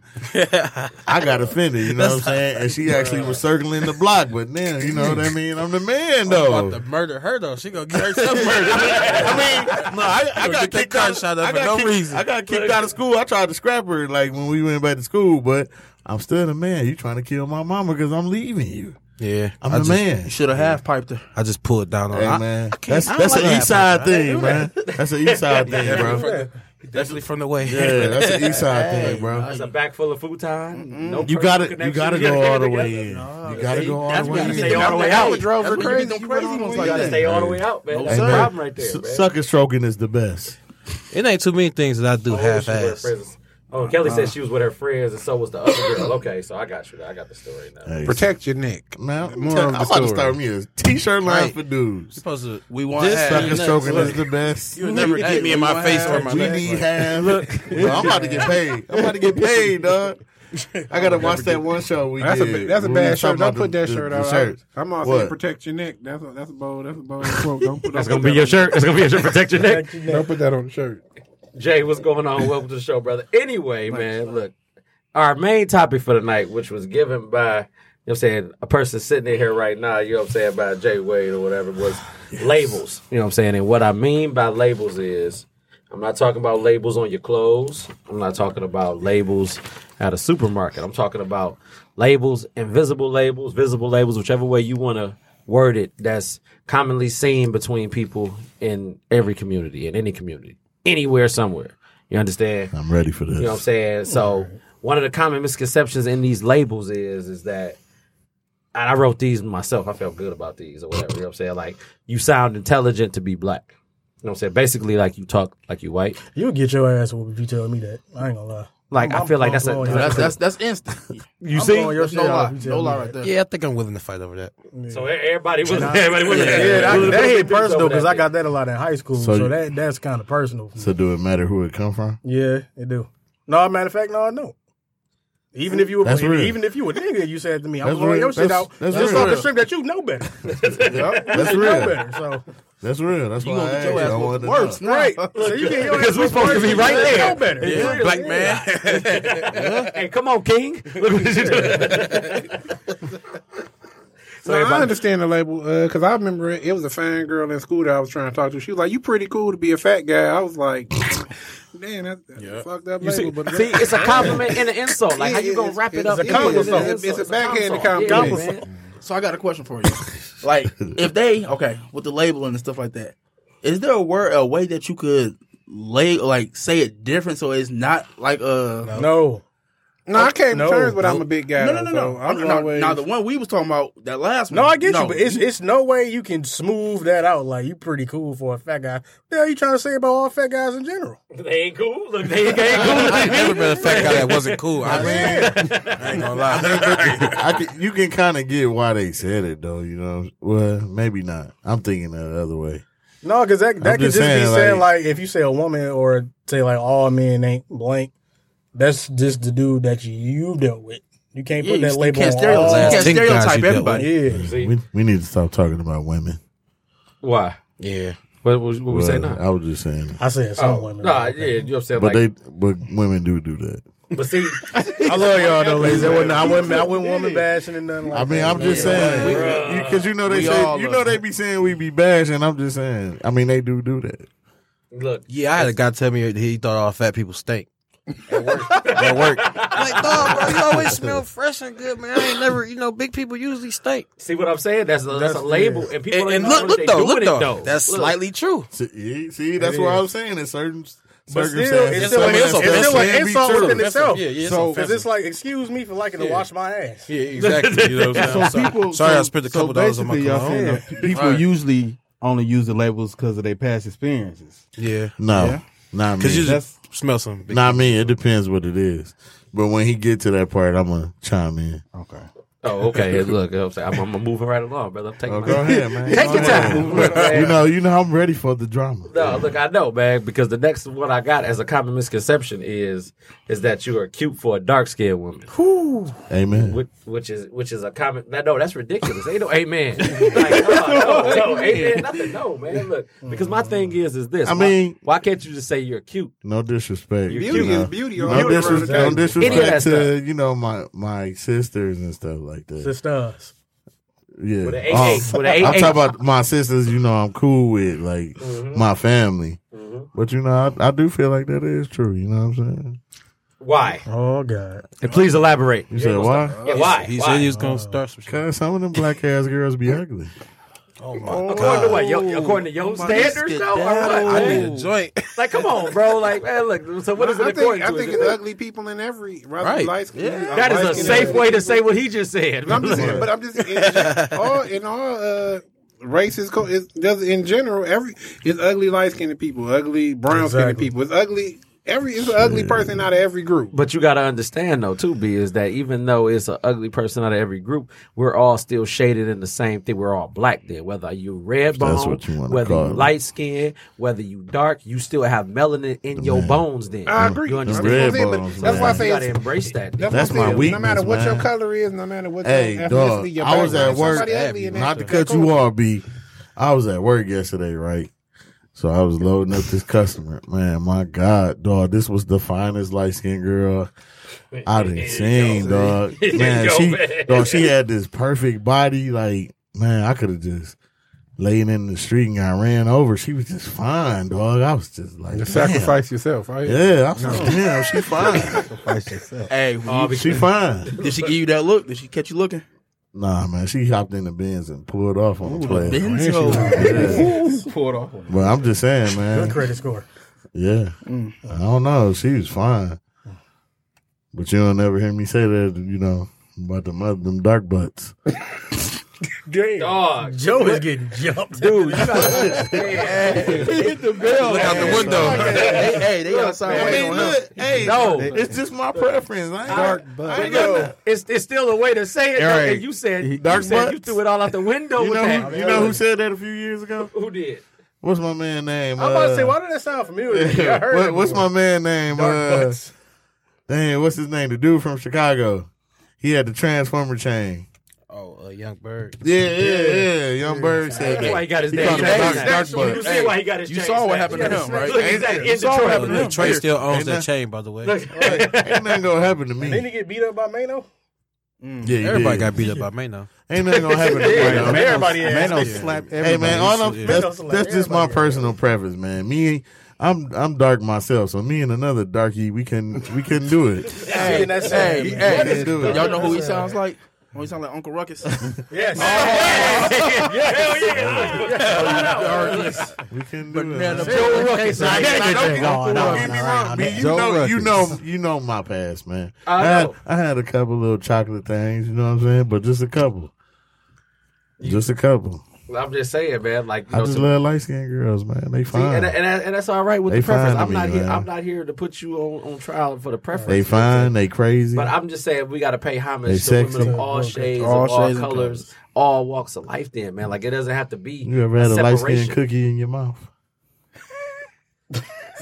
I got offended, you know what I'm saying? And she actually was circling the block, but then, you know what I mean? I'm the man, though.
About to murder her though. She gonna get herself murdered.
I mean, no, I, I
Gonna
got
get that
kicked
car
out.
shot
I
up for
got
no
kicked,
reason.
I got kicked out of school. I tried to scrap her, like, when we went back to school, but I'm still the man. You trying to kill my mama because I'm leaving you.
Yeah,
I'm
I
the
just,
man.
You should have half piped her.
I just pulled down on.
Hey,
I-
man.
I can't-
that's
I don't
that's
like
an
that
east side
happens.
thing, man. That's an east side thing, bro.
Definitely from the way.
Yeah, that's an east side thing,
That's
bro.
a back full of futon. No
You
personal
got to you
connection.
got to
gotta
go all the
get
way
together.
in. You "Oh, got to go all
That's
the
when
way
you
in.
get the
all the way
that
out.
drove her
crazy.
crazy.
You went all the way
like
in.
that.
Stay all the way out, man. That's
Hey,
the
man,
problem right there,
su-
man.
Sucker stroking is the best.
It ain't too many things that I do
Oh, she was
half
with her
ass.
friends. Oh, Kelly said she was with her friends, and so was the other girl. Okay, so I got you. I got the story now.
Hey,
protect your neck.
man.
More
More I'm
of the
about to
story.
start me a t-shirt line
Right.
for dudes.
Supposed to, we want
This
half.
Sucker stroking is the best.
would never
Hey,
get me in
we
my
gonna
face
have-
or my
We
neck.
need half. Look, bro, I'm about to get paid. I'm about to get paid, dog. I gotta watch that one show we
That's
did.
a that's a
We
bad
was
shirt.
talking
Don't
about
put
the-
that
the-
shirt
the
out.
shirts.
I- I'm all
What?
saying protect your neck. That's a, that's a bold that's a bold quote. Don't put
That's
don't
gonna
put
be
that
your
on-
shirt. That's gonna be your shirt. Protect your neck.
Don't put that on the shirt.
Jay, what's going on? Welcome to the show, brother. Anyway, man, look, our main topic for the night, which was given by, you know what I'm saying, a person sitting in here right now, you know what I'm saying, by Jay Wade or whatever, was labels. You know what I'm saying? And what I mean by labels is, I'm not talking about labels on your clothes. I'm not talking about labels at a supermarket. I'm talking about labels, invisible labels, visible labels, whichever way you want to word it, that's commonly seen between people in every community, in any community, anywhere, somewhere. You understand?
I'm ready for this.
You know what I'm saying? So one of the common misconceptions in these labels is is that and I wrote these myself. I felt good about these or whatever. You know what I'm saying? Like you sound intelligent to be black. You know what I'm saying? Basically like you talk like you white.
You'll get your ass whooped if you tell me that. I ain't gonna lie.
Like i feel like that's a
I'm
That's that's that's instant.
you
I'm
see.
blowing
your
That's no
shit out
lie,
if you tell
no
me.
lie right there.
Yeah, I think I'm willing to fight over that.
So e- everybody was everybody was
Yeah, that, that hit personal because I got that a lot in high school. So,
So you-
that that's kind of personal. for me.
So do it matter who it come from?
yeah, it do. No, matter of fact, no, I don't. Even if you were,
That's real.
even if you were nigga, you said to me, "I'm
That's
blowing
real.
your shit
That's-
out."
that's
just
real.
off the strip that you know better.
That's
you know
real.
better. So
That's real. That's
You
why
gonna
I
get
asked you.
your
I
ass
wanted
whooped
to
worse,
know.
right?
so you get your
Because we
ass
supposed to be
first,
right
you
there.
Know better.
Yeah.
Black man.
Hey, come on, King. Look what you doing. so
Now, I
everybody,
understand the label because I remember it, it was a fine girl in school that I was trying to talk to. She was like, "You pretty cool to be a fat guy." I was like, "Damn, that's that's a fucked up
you
label."
see,
but
see, it's a compliment and an insult. Like how you gonna
It's-
wrap it
it's
up?
a
anyway?
compliment.
an
It's-
insult.
it's a backhanded
Yeah,
compliment.
man.
So I got a question for you. like, if they okay with the labeling and stuff like that, is there a word a way that you could lay like say it different so it's not like uh no
No,
no, I came
No,
to terms, but
no.
I'm a big guy.
no no no,
so I'm
no,
always
now the one we was talking about that last
no,
one
I get you, but it's it's no way you can smooth that out. Like you pretty cool for a fat guy. What the hell you trying to say about all fat guys in general?
They ain't cool. Look, they ain't cool.
I never been a fat guy that wasn't cool. I mean, I ain't gonna lie.
I could, you can kind of get why they said it though. You know, well, maybe not. I'm thinking that other way.
No, because that, that could
just
just be
saying, like-
saying like if you say a woman or say like all men ain't blank, that's just the dude that you dealt with. You can't
yeah,
put
you
that label on
can't
all.
stereotype, you can't
Ten guys you
stereotype
dealt
everybody
Yeah,
We, we need to stop talking about women.
Why?
Yeah.
What what, what we say
Well,
now?
I was just saying, that.
I said some women.
Oh, Nah, yeah, you upset.
but
like,
they, but women do do that.
but see,
I love y'all though, ladies. I wouldn't, I wouldn't, I wouldn't woman bashing and nothing. Like
I mean, I'm just saying because you know they
We
say
all
you
love
know they be saying we be bashing. I'm just saying. I mean, they do do that.
look,
Yeah, I had a guy tell me he thought all fat people stink. At work. At work. Like, dog, bro, you always smell fresh and good, man. I ain't never, you know, big people usually stink.
see what I'm saying? That's a, that's, a label, and people
And,
ain't
and
know
look,
what
look
they
though, look
doing
though.
it, though.
That's
Look.
slightly true.
See, see that's what I was saying. In certain
But still,
circumstances,
it's still,
some
an,
Somebody
it's
else
of us
still an
can be
insult
true.
within itself.
Yeah, yeah, it's
so because
offensive.
it's like, excuse me for liking to wash my ass.
Yeah, exactly. You know what I'm
So
saying? Sorry.
people.
Sorry,
so,
I spent a
so
couple dollars on my
basically, y'all
cologne.
saying that People usually only use the labels because of their past experiences.
Yeah.
No,
Yeah.
not me.
Because you
That's-
just smell some. big-
not me. It depends what it is. But when he get to that part, I'm gonna chime in.
Okay.
Oh, okay. Look, I'm, saying, I'm, I'm moving right along, brother. I'm taking
Oh,
my
go ahead, man.
Take
Go
your
ahead.
time. Look, man.
you know, you know, I'm ready for the drama.
No, look, I know, man, because the next one I got as a common misconception is is that you are cute for a dark skinned woman,
Amen.
which, which is which is a common. That, no, that's ridiculous. Ain't no amen. Like, no, no, no, amen. Nothing. No, man. Mm-hmm. Look, because my thing is, is this.
I
Why-
mean-
why can't you just say you're cute?
No disrespect.
You're
you
cute.
know.
Beauty is beauty all
No,
around
dis-
the
no
table.
disrespect
Any of that
to you know my my sisters and stuff like that.
Just us.
Yeah, Oh,
With a eight eight, with a eight
I'm
eight.
talking about my sisters. You know, I'm cool with like
Mm-hmm.
my family. But you know, I, I do feel like that is true. You know what I'm saying?
Why?
Oh God.
And please elaborate.
You said why?
Yeah, why?
He
why?
said he was going to start some shit.
Cause some of them black ass girls be ugly.
according to what? Yo, according to your standards, though, or what?
I need
man?
a joint.
Like, come on, bro. Like, man, look. So, what is it
I
according
think, I
to?
think
Is it-
it's ugly people in every rather
Right.
light skin.
Yeah.
that is a
light-skinned
safe
people.
way to say what he just said.
But I'm just saying, but I'm just in, gen- all in all uh, races. Co- is, does in general every it's ugly light skinned people, ugly brown skinned
Exactly.
people. It's ugly. Every it's an ugly person out of every group.
But you got to understand though too, B, is that even though it's an ugly person out of every group, we're all still shaded in the same thing. We're all black there. Whether you red bone,
That's what you wanna
whether
call
you
it.
light skin, whether you dark, you still have melanin in your bones. Then
I agree.
You
That's
understand?
what I'm
red
saying, but
bones,
that's why I
man.
say
You got to
it's-
embrace that.
That's,
That's
what I'm
my
saying.
weakness,
No matter what your
man.
color is, no matter what
Hey,
your
dog,
ethnicity, your
I was
background,
at work.
somebody ugly in that
Not to
shit.
cut you off, B. I was at work yesterday, right? So I was loading up this customer. Man, my God, dog, this was the finest light skinned girl I done seen, dog. Man,
Yo,
she,
man.
dog, she had this perfect body. Like, man, I could have just laid in the street and got ran over. She was just fine, dog. I was just like,
You
damn.
sacrifice yourself. Right?
Yeah, I was like, damn, she fine.
hey
Oh,
She fine.
did she give you that look did she catch you looking
Nah, man, she hopped in the Benz and pulled off on the play.
Benzo
Pulled off on
But I'm just saying,
Good
man.
credit score.
Yeah. I don't know. She was fine. But you don't ever hear me say that, you know, about them, other- them dark butts.
Damn.
Dog.
Joe is getting jumped.
Dude, you gotta-
Look out the window.
hey, hey, they outside.
I
waiting
mean,
on him.
look, hey,
No.
it's just my preference. I ain't, Dark, I ain't got nothing.
it's, it's still a way to say it. though,
Eric,
and you said,
dark
you, said
butts.
you threw it all out the window
You
with
know,
that.
who, you know who said that a few years ago?
who did?
What's my man name?
I'm about to
Uh,
say, why did that sound familiar? I heard
what-
it
what's
before.
my man name?
Dark
Uh,
butts.
damn, what's his name? The dude from Chicago. He had the transformer chain.
Oh, a young bird.
Yeah, yeah, yeah. Young Bird said
That's why he
that.
got his
He
name.
called him Dark, dark
You
Butt.
see why he got his
You
chain
saw what
snatched.
happened to
Yes.
him, right?
Look, exactly. In Detroit.
Look, Trey still owns
Ain't
that
nothing-
chain, by the way.
Ain't nothing gonna happen to me.
Didn't he get beat up by Mano?
Yeah, he
Everybody
did.
got beat up by Mano.
Ain't nothing gonna happen to me.
Yeah,
man.
everybody has.
Mano slapped everybody.
Hey man, all I'm,
Yeah.
that's,
Mano
that's just my
everybody.
personal preference, man. Me, I'm I'm dark myself, so me and another darky, we can we couldn't do it.
Hey, that's
Hey,
hey,
We
hey,
couldn't do it.
y'all know who he sounds like? Oh, he sounds like Uncle Ruckus.
yes.
We couldn't do it.
Banana
man.
boat.
Man, you
Joe
know, you
Ruckus.
know, you know my past, man.
I
had,
know.
I had a couple little chocolate things, you know what I'm saying, but just a couple, just a couple.
I'm just saying, man. Like, you
I
know,
just
some-
love light skinned girls, man. They
See,
fine.
and, and, that- and that's all right with
They
the preference.
fine
I'm
to
not
me,
here.
man.
I'm not here to put you on, on trial for the preference.
they fine. They crazy.
But I'm just saying we got to pay homage
They
to
sexy.
women of all shades,
All
of all
shades and
colors, all walks of life. Then, man, like it doesn't have to be
you ever had a light
separation.
skinned cookie in your mouth?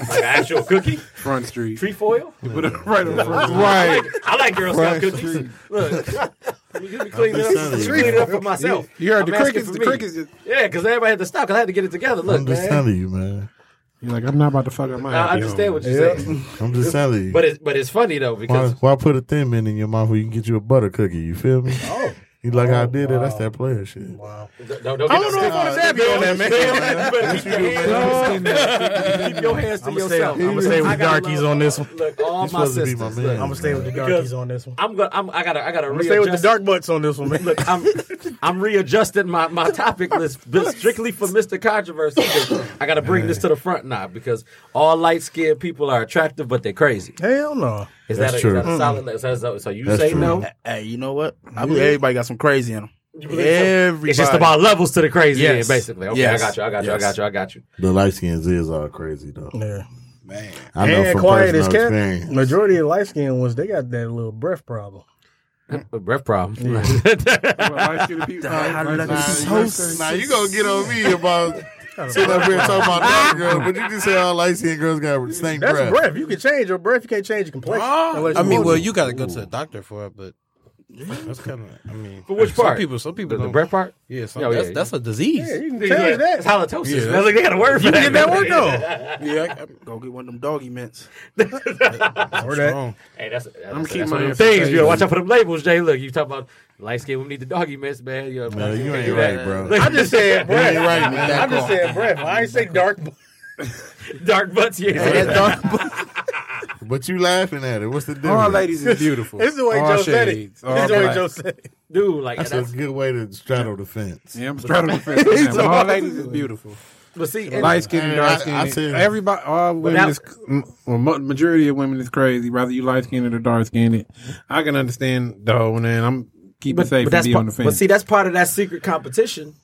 like an actual cookie,
Front Street.
trefoil.
Put it right on Front Street.
I like, I like Girl Scout
Right.
cookies. Look, you can clean it up.
telling you,
Clean it up for myself.
You heard
I'm
the
asking
crickets.
for
The
me.
crickets. just-
Yeah, because everybody had to stop. Cause I had to get it together. Look,
I'm just
man,
telling you, man.
You're like, I'm not about to fuck up my
I I
happy
understand
home.
what you're saying.
I'm just telling you.
But it's but it's funny though
why,
because
why put a thin mint in your mouth when you can get you a butter cookie? You feel me? Oh. You like how I did that? That's that player shit.
don't, don't get I don't know if
wanna dab you on that, man.
You better keep your hands to yourself. Keep your hands to
I'm gonna stay,
yourself.
I'm gonna stay
I
with the
gotta
darkies
love-
on this one.
Look, all
You
my
supposed to be
sisters.
my man.
look,
I'm gonna stay with the
Because-
darkies on this one.
I'm gonna. I'm, I gotta. I gotta
I'm gonna stay with the
readjust.
dark butts on this one, man.
Look, I'm I'm readjusting my, my topic list just strictly for Mr. Controversy. 'cause I gotta bring this to the front now because all light skinned people are attractive, but they're crazy.
Hell no.
Is
That's
that a, is
true.
that a solid? is that- So, so you
That's
say
true.
no?
Hey, you know what? I believe everybody got some crazy in them. Everybody.
It's just about levels to the crazy,
Yes.
end, basically. Okay,
Yes.
I got you. I got you. I got you. I got you.
The light skins is all crazy though.
Yeah.
I know
And
from
quiet as
personal
cat.
experience.
Majority of light skinned ones, they got that little breath problem.
A breath problem.
Now you gonna get on me about sitting up here talking about dark girls, but you just say all light skinned girls got the same
That's
breath.
breath. Oh, You can change your breath. You can't change your complexion. unless
I
you
mean,
want
well,
to.
you got to go to the doctor for it, but that's kind of. I mean,
For which
some
part?
people, some people
The, the
don't.
breath part?
Yeah, some,
Yeah, yeah,
that's,
yeah.
that's a disease.
yeah, you can change
Yeah,
that.
It's halitosis.
Yeah.
man. Look, they got a word for
you
that.
can get that word though.
Yeah, I- I'm gonna get one of them doggy mints.
Or that.
Wrong.
Hey, that's, that's,
I'm
that's
keeping
one
my
of them
hands
things.
safe.
You gotta watch out for them labels, Jay. Look, you talk about light skin women need the doggy mess, man. You, know,
Man, you ain't
that.
right, bro.
I just said breath.
ain't right, man.
I just said breath. I ain't say dark. bu-
Dark butts, yeah.
But you laughing at it. What's the
All
difference?
ladies is beautiful.
This is the way
All
Joe said it.
shades, all
This is the way
blacks.
Joe said it.
Dude, like,
That's,
that's,
a good way to straddle the fence.
Yeah, I'm straddling the fence. right now. All ladies is beautiful.
but see, and-
Light skin,
Hey, I-
dark
I
skin.
said-
Everybody, all women
now-
is, well, mo- majority of women is crazy. Whether you light skinned or dark skinned, I can understand the whole man. I'm keep it safe and
that's
be
pa-
on the fence.
But see, that's part of that secret competition.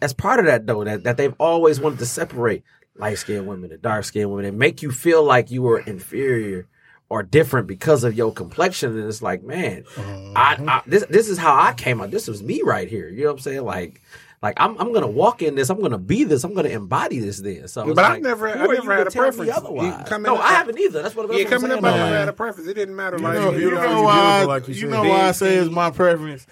That's part of that though, that, that they've always wanted to separate light skinned women and dark skinned women and make you feel like you are inferior or different because of your complexion. And it's like, man, I,
Mm-hmm.
I this this is how I came out. This was me right here. You know what I'm saying? Like like I'm I'm gonna walk in this, I'm gonna be this, I'm gonna embody this then. So it's
But I've
like,
never-
who
I've
are you
never had
to
a
tell me
preference. You
Otherwise.
coming
No,
up-
I haven't either. That's what, that's
yeah,
what I'm
coming up,
saying,
I never
like-
had a preference. It didn't matter.
You
light
know,
skin,
you
dark
know
skin,
why?
beautiful, like
you
said.
know why I
Big
say it's
skin.
my preference.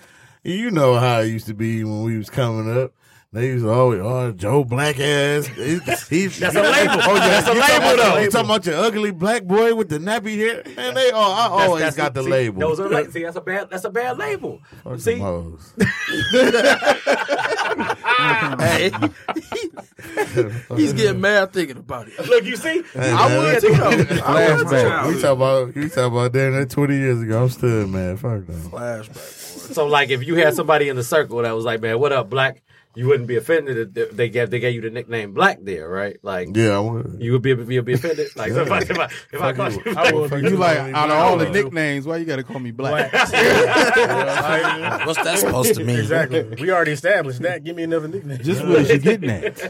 You know how it used to be when we was coming up. They used to always, oh, Joe Black ass. He, he, That's
a label. That's a
you talking
label,
about-
though.
You talking about your ugly black boy with the nappy hair? Man, they all, I always
that's-
got the
see,
label.
Those are like, see, that's a bad, that's a bad label.
Fuck
see,
them hoes.
Hey, he's getting mad thinking about it.
Look, you see,
man,
I would too. though. I would
Flashback.
We talking about, we talking about damn that 20 years ago. I'm still mad. Fuck them.
too. So, like, if you had somebody in the circle that was like, "Man, what up, black?" you wouldn't be offended if they- they gave they gave you the nickname Black there, right? Like
Yeah, I would.
you would be you'll be offended. Like
Yeah.
somebody, if I if I call you,
I would. You like
Black.
out of all the
Black.
nicknames, why you gotta call me black?
What's that supposed to mean?
Exactly. We already established that. Give me another nickname.
Just what is you getting at?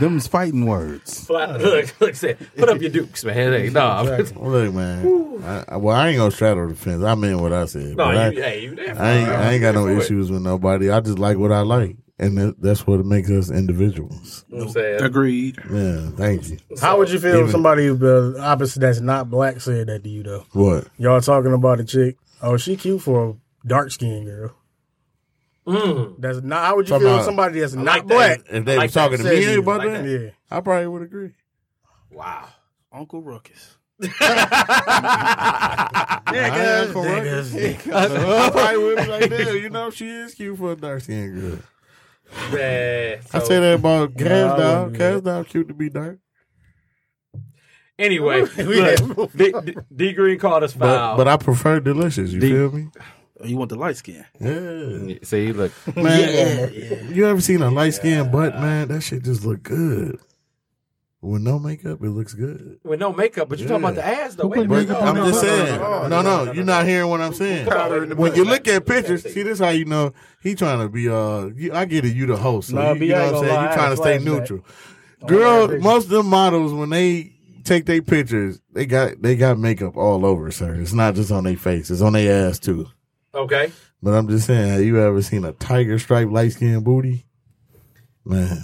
Them's fighting words.
Black- look, look, said, put up your dukes, man. Hey, nah,
Well, Look, man. I, I- well, I ain't gonna straddle the fence. I meant what I
no,
said. but I,
you, hey, you there?
I ain't, I ain't got no
For it.
issues with nobody. I just like what I like, and that, that's what makes us individuals.
You know what I'm saying?
Agreed.
Yeah, thank you.
How would you feel
Even-
if somebody uh, opposite that's not black said that to you though?
What?
Y'all talking about a chick? Oh, she cute for a dark skinned girl. That's not. How would you
Talking
feel if
about-
somebody that's
Hmm. like that.
not black?
If they
Like
was talking to
that,
me
said you
about
like
that,
Yeah.
I probably would agree.
Wow.
Uncle Ruckus.
Niggas,
Niggas.
I probably would be like, damn, you know, she is cute for a dark skinned girl.
Yeah, so,
I say that about Cas
I
Dog.
wouldn't do
Cas Dog cute to be dark.
Anyway, look, D, D, D Green called us
But,
foul.
but I prefer delicious. You
Deep.
feel me?
Oh, you want the light skin?
Yeah.
see, look,
Man, you ever seen a light skinned butt, man? That shit just look good. With no makeup, it looks good.
with no makeup, but you talking about the ass though. Wait a minute.
I'm just saying. No, no, you're not hearing what I'm saying. When you look at pictures, see this how you know he trying to be uh. You, I get it. You the host, so
Nah,
you,
B,
you
I
know
ain't
what I'm
gonna
saying.
lie,
You
I
trying to
had a
stay
flashback. Oh,
neutral.
I had
Girl,
a picture.
most of them models when they take their pictures, they got they got makeup all over, sir. It's not just on their face; it's on their ass too.
Okay,
But I'm just saying, have you ever seen a tiger stripe light skinned booty? Man,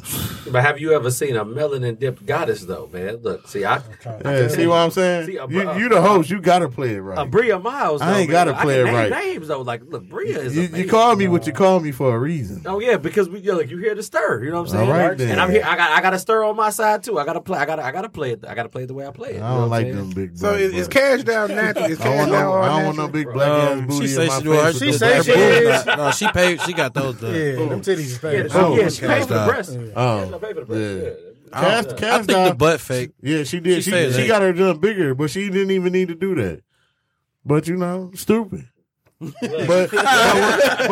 but have you ever seen a melanin dipped goddess though, man? Look, see, I
yeah, see what I'm saying?
See, a-
you, you the host, you gotta play it right.
uh, Bria Miles. Though,
I ain't
man,
gotta
look, I
play
can
it
name
right.
Names though, like look, Bria is
you, you
amazing.
call me what you call me for a reason.
Oh yeah, because we look, you hear the stir. You know what I'm saying?
All right, then.
And I'm here. I got. I got a stir on my side too. I got to play. I got. to I got to play it. I got to play it the way I play it.
I
you know what
don't
I'm
like
saying?
them big.
So
black
is, is
butts.
cash down natural? Is
I don't
cash
want
down
no,
all
I don't want
natural?
no big black ass booty
Um, She
in
say
my
she do her.
face.
She
with
say
the
she
black booty.
is. No, she paid. She got those done.
Yeah, them titties is
Yeah,
fat.
oh,
Oh,
yeah, she paid for the
Stop.
breast.
Oh,
Yeah, she paid for the breast.
yeah.
yeah.
Cast,
I
cast
think the
down-
butt fake.
Yeah, she did.
She
She
said
she,
that.
got her done bigger, but she didn't even need to do that. But you know, stupid. but, but, with- but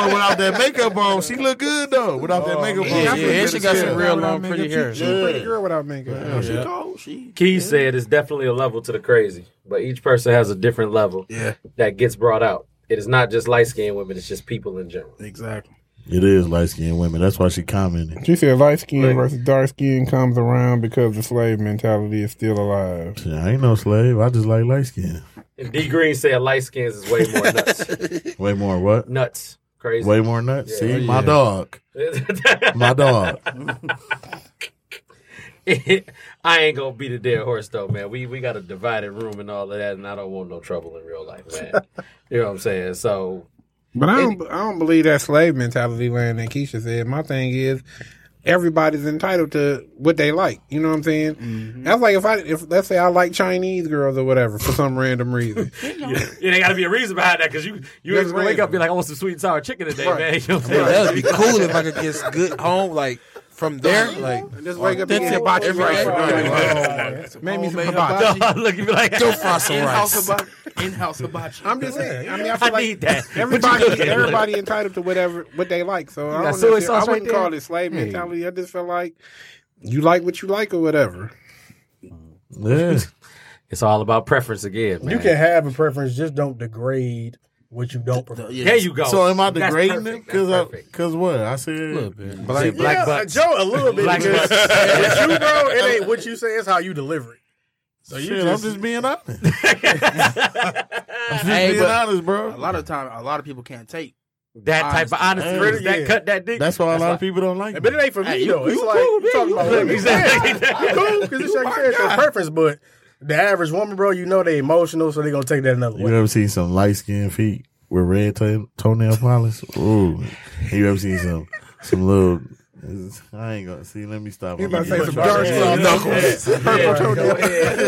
without that makeup on, she look good though. Without that makeup
Yeah,
on,
yeah, and she got some
Yeah.
real long, pretty hair.
She a pretty girl without makeup.
She cold. She.
Key said it's definitely a level to the crazy, but each person has a different level
Yeah.
that gets brought out. It is not just light skinned women, it's just people in general.
Exactly.
It is light skinned women. That's why she commented.
She said light skin versus dark skin comes around because the slave mentality is still alive.
She, I ain't no slave. I just like light skin.
And D Green said light skins is way more nuts.
Way more what?
nuts. Crazy.
Way more nuts. See,
Yeah.
my dog. My dog.
I ain't gonna beat a dead horse though, man. We we got a divided room and all of that, and I don't want no trouble in real life, man. you know what I'm saying? So
But I don't, I don't believe that slave mentality land that Keisha said. My thing is, everybody's entitled to what they like. You know what I'm saying? That's like if I, if let's say I like Chinese girls or whatever for some random reason.
yeah, there gotta be a reason behind that because you you
There's
ain't gonna wake up
reason.
and be like, I want some sweet and sour chicken today, man. You know what I'm
Well,
saying?
that would be cool if I could get some good home, like from there, like
Just wake up and
authentic
get hibachi
every
rice.
day.
for dinner. Make me some
Homemade
hibachi.
Look, you be like,
Still fry some
In-house
rice.
hibachi. In-house hibachi.
I'm just saying. I mean, I
I
feel like
need that. What you
everybody,
cooking?
everybody entitled to whatever what they like. So I,
got
don't
soy
necessarily- I
sauce right
wouldn't
there?
call it slave mentality. I just feel like you like what you like or whatever.
Yeah.
It's all about preference again, man.
You can have a preference, just don't degrade what you don't prefer.
Yeah.
There you go.
So am I
That's
degrading
perfect.
it? Cause
That's
I,
perfect.
cause what I said.
Black-
black
yeah,
butts.
Joe, a little bit.
Black
because
butts.
it's you, bro, it ain't what you say. It's how you deliver it. So you
Shit, I'm
just,
just being honest. I'm just being
but-
honest,
A
bro.
lot of time, a lot of people can't take.
that type of honesty,
Hey.
really, that
Yeah.
cut that dick.
That's why a lot of people don't like.
but
me.
it ain't for me
Hey, you-
though.
you
it's like
cool,
you Oh
yeah,
talking
you
about
cool.
women.
exactly.
You cool because it's like you said, it's your preference. But the average woman, bro, you know they emotional, so they gonna take that another
You
way.
ever seen some light skinned feet with red to- toenail polish? Ooh. you ever seen some some little? I ain't gonna see. Let me stop.
You about to
I'm
say some
gonna get-
dark stuff?
Knuckles.
Yeah, go ahead. Go ahead,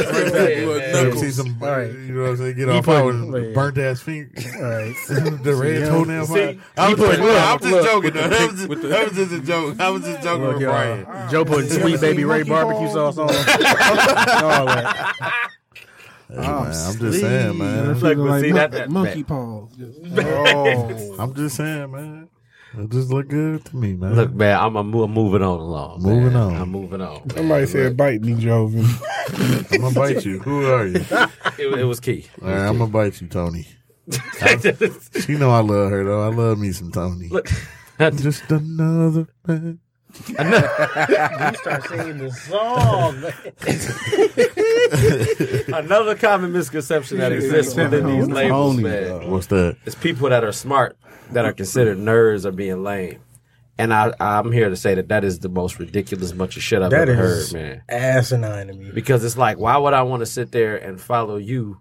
You
man.
ever seen some?
Alright.
You know what I'm saying? Get off
putting-
out with the
yeah.
burnt ass finger.
All right.
the red toenail polish.
See,
I was just,
putting-
look, I'm just
look,
joking. though. That was just, that was just a joke. I was just joking with
Look, y'all,
Brian.
Joe put sweet baby Ray barbecue sauce on. All right.
Hey, man, I'm just saying, man.
Look, but see, that- that-
monkey paws. Oh,
I'm just saying, man. It just look good to me, man.
Look, man, I'm, I'm, mo- moving on along. man.
Moving on.
I'm moving on.
Somebody said, "Bite me, Joven."
I'm gonna bite you. Who are you? All
It, it was key.
right, I'm gonna bite you, Tony. She know I love her though. I love me some Tony.
Look,
Just another man.
Start singing the song. man.
another common misconception that exists within these labels, man.
What's that?
It's people that are smart that are considered nerds or being lame. And I, I'm here to say that that is the most ridiculous bunch of shit I've
That
ever
is
heard, man.
asinine to me.
Because it's like, why would I want to sit there and follow you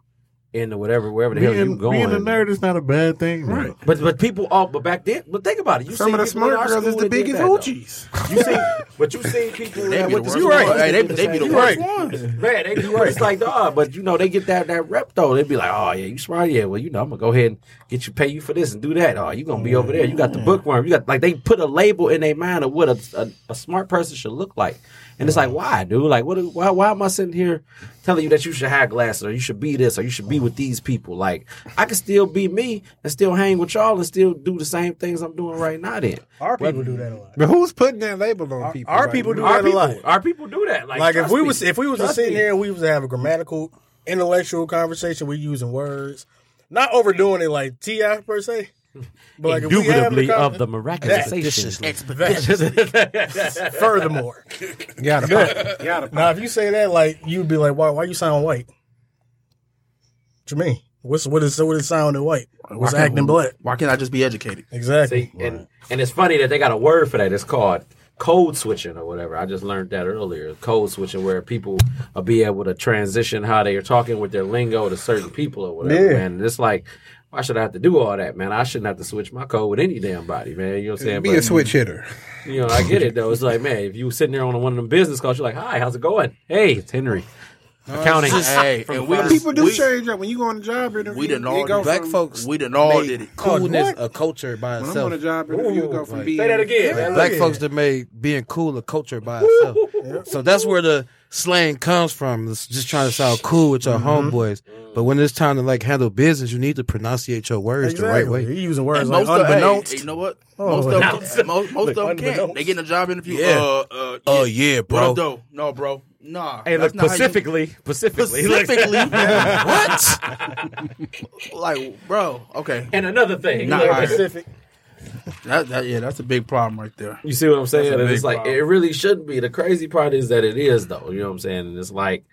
into whatever, wherever the hell you
Being,
going?
being a nerd is not a bad thing, right?
But but people all but back then. But think about it. You
Some
seen
of the
people in
smart
our
girls is
school that
the
did
biggest
that, though.
hoochies.
You seen, but you seen people that
be
went
the
to
worst
school.
ones.
that
Hey, they-
did
they be the
same
worst
thing. Man, they be worse. It's like dog, but you know they get that that rep though. They be like, oh yeah, you smart. Yeah, well you know I'm gonna go ahead and get you pay you for this and do that. Oh, you gonna be over there. You got the bookworm. You got like they put a label in their mind of what a, a, a smart person should look like. And it's like, why, dude? Like, what? Why? Why am I sitting here telling you that you should have glasses or you should be this or you should be with these people? Like, I can still be me and still hang with y'all and still do the same things I'm doing right now. Then
Our people do that a lot.
But who's putting that label on people?
our
right
people
now?
do that a lot.
Our people do that. Like,
Like if
trust
we
me.
was if we was to
Trust
sit
me.
here and we was to have a grammatical, intellectual conversation, we using words, not overdoing it like Ti per se, but like if we having a
indubitably
con-
of the miraculous.
Furthermore,
Gotta put-
now if you say that, like you'd be like, why? Why you sound white? What you mean? What's what is what is sounding white? What's
can't-
acting black?
Why can't I just be educated?
Exactly.
See, and, and it's funny that they got a word for that. It's called code switching or whatever. I just learned that earlier. Code switching, where people will be able to transition how they are talking with their lingo to certain people or whatever.
Yeah.
Man, and it's like, why should I have to do all that, man? I shouldn't have to switch my code with any damn body, man. You know what I'm saying?
Be
But,
a switch hitter.
You know, I get it though. It's like, man, if you sitting there on one of them business calls, you're like, "Hi, how's it going? Hey, it's Henry." Accounting.
Hey, and we
People do
we,
change up when you go on a job interview.
We done
it
all
go from-
did.
Black folks,
We done all
made
did it.
Coolness
what?
a culture by
When I'm on a
itself.
job interview, it go from being
Say that again. man.
Black folks that made being cool a culture by itself. So that's where the slang comes from. It's just trying to sound cool with your homeboys. But when it's time to like handle business, you need to pronunciate your words the right
Exactly.
way.
You're using words
And
like
most of, hey,
unbeknownst.
hey, you know what?
Oh.
Most of them, most, most of them can't.
unbeknownst.
They get in a job interview.
Yeah.
Uh, uh,
Oh yeah,
What up,
bro.
though? No, bro. Nah.
Hey, look,
that's not how you-
specifically, specifically, look.
Specifically, what? like, bro. Okay,
And another thing,
Not
look,
hired.
specific.
that, that yeah, that's a big problem right there.
You see what I'm saying?
That's a
And
big
it's like
problem.
it really should be. The crazy part is that it is though. You know what I'm saying? And it's like,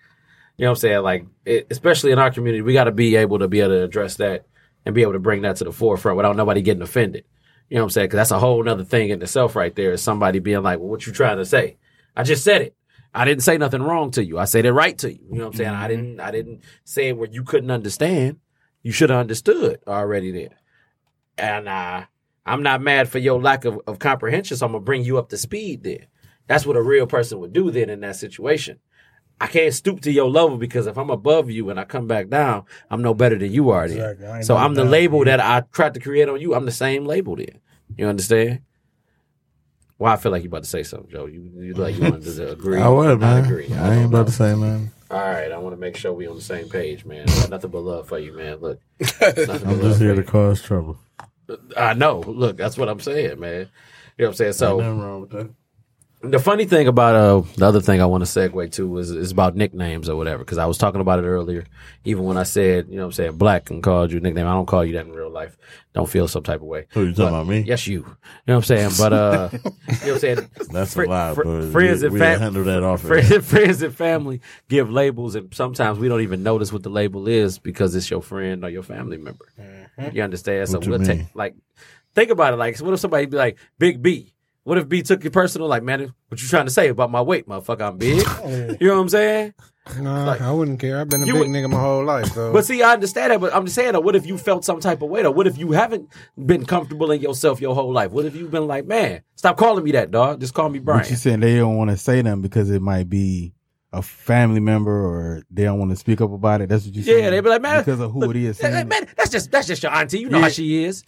you know what I'm saying? Like, it, especially in our community, we got to be able to be able to address that and be able to bring that to the forefront without nobody getting offended. You know what I'm saying? Because that's a whole other thing in itself, right there. Is somebody being like, "Well, what you trying to say? I just said it. I didn't say nothing wrong to you. I said it right to you. You know what I'm saying?
Mm-hmm.
I didn't. I didn't say it where you couldn't understand. You should have understood already then. And uh, I'm not mad for your lack of, of comprehension, so I'm gonna bring you up to speed then. That's what a real person would do then in that situation. I can't stoop to your level because if I'm above you and I come back down, I'm no better than you are then.
Exactly. I ain't
So
no
I'm the
better.
label that I tried to create on you. I'm the same label then. You understand? Well, I feel like you about to say something, Joe. You you like you wanted to agree.
I would, man.
Not agree. I
I ain't
don't
about
know.
to say nothing.
All right, I want to make sure we on the same page, man. I got nothing but love for you, man. Look, nothing but
I'm
love
just
for
here
you.
to cause trouble.
I know. Look, that's what I'm saying, man. You know what I'm saying? So
Nothing wrong with that.
the funny thing about uh the other thing I want to segue to is is about nicknames or whatever because I was talking about it earlier. Even when I said you know what I'm saying black and called you a nickname, I don't call you that in real life. Don't feel some type of way.
Who you talking about me?
Yes, you. You know what I'm saying? But uh, you know what I'm saying?
That's
Fri-
a lie,
fri-
but
friends
we,
and
we
fam-
handle that off. air.
friends, friends and family give labels, and sometimes we don't even notice what the label is because it's your friend or your family member. You understand? So
What you
we'll
mean?
take like think about it. Like, what if somebody be like Big B? What if B took it personal? Like, man, what you trying to say about my weight, motherfucker? I'm big. you know what I'm saying?
Nah,
Like-
I wouldn't care. I've been a
You
big
would-
nigga my whole life.
Oh.
So
But see, I understand that. But I'm just saying, what if you felt some type of weight, or what if you haven't been comfortable in yourself your whole life? What if you've been like, man, stop calling me that, dog. Just call me Brian.
But you saying they don't want to say them because it might be a family member or they don't want to speak up about it. That's what you
Yeah,
saying.
they be like, man,
because of who
look,
it is.
they're
saying
like,
it.
man, that's just that's just your auntie. You know
Yeah.
how she is.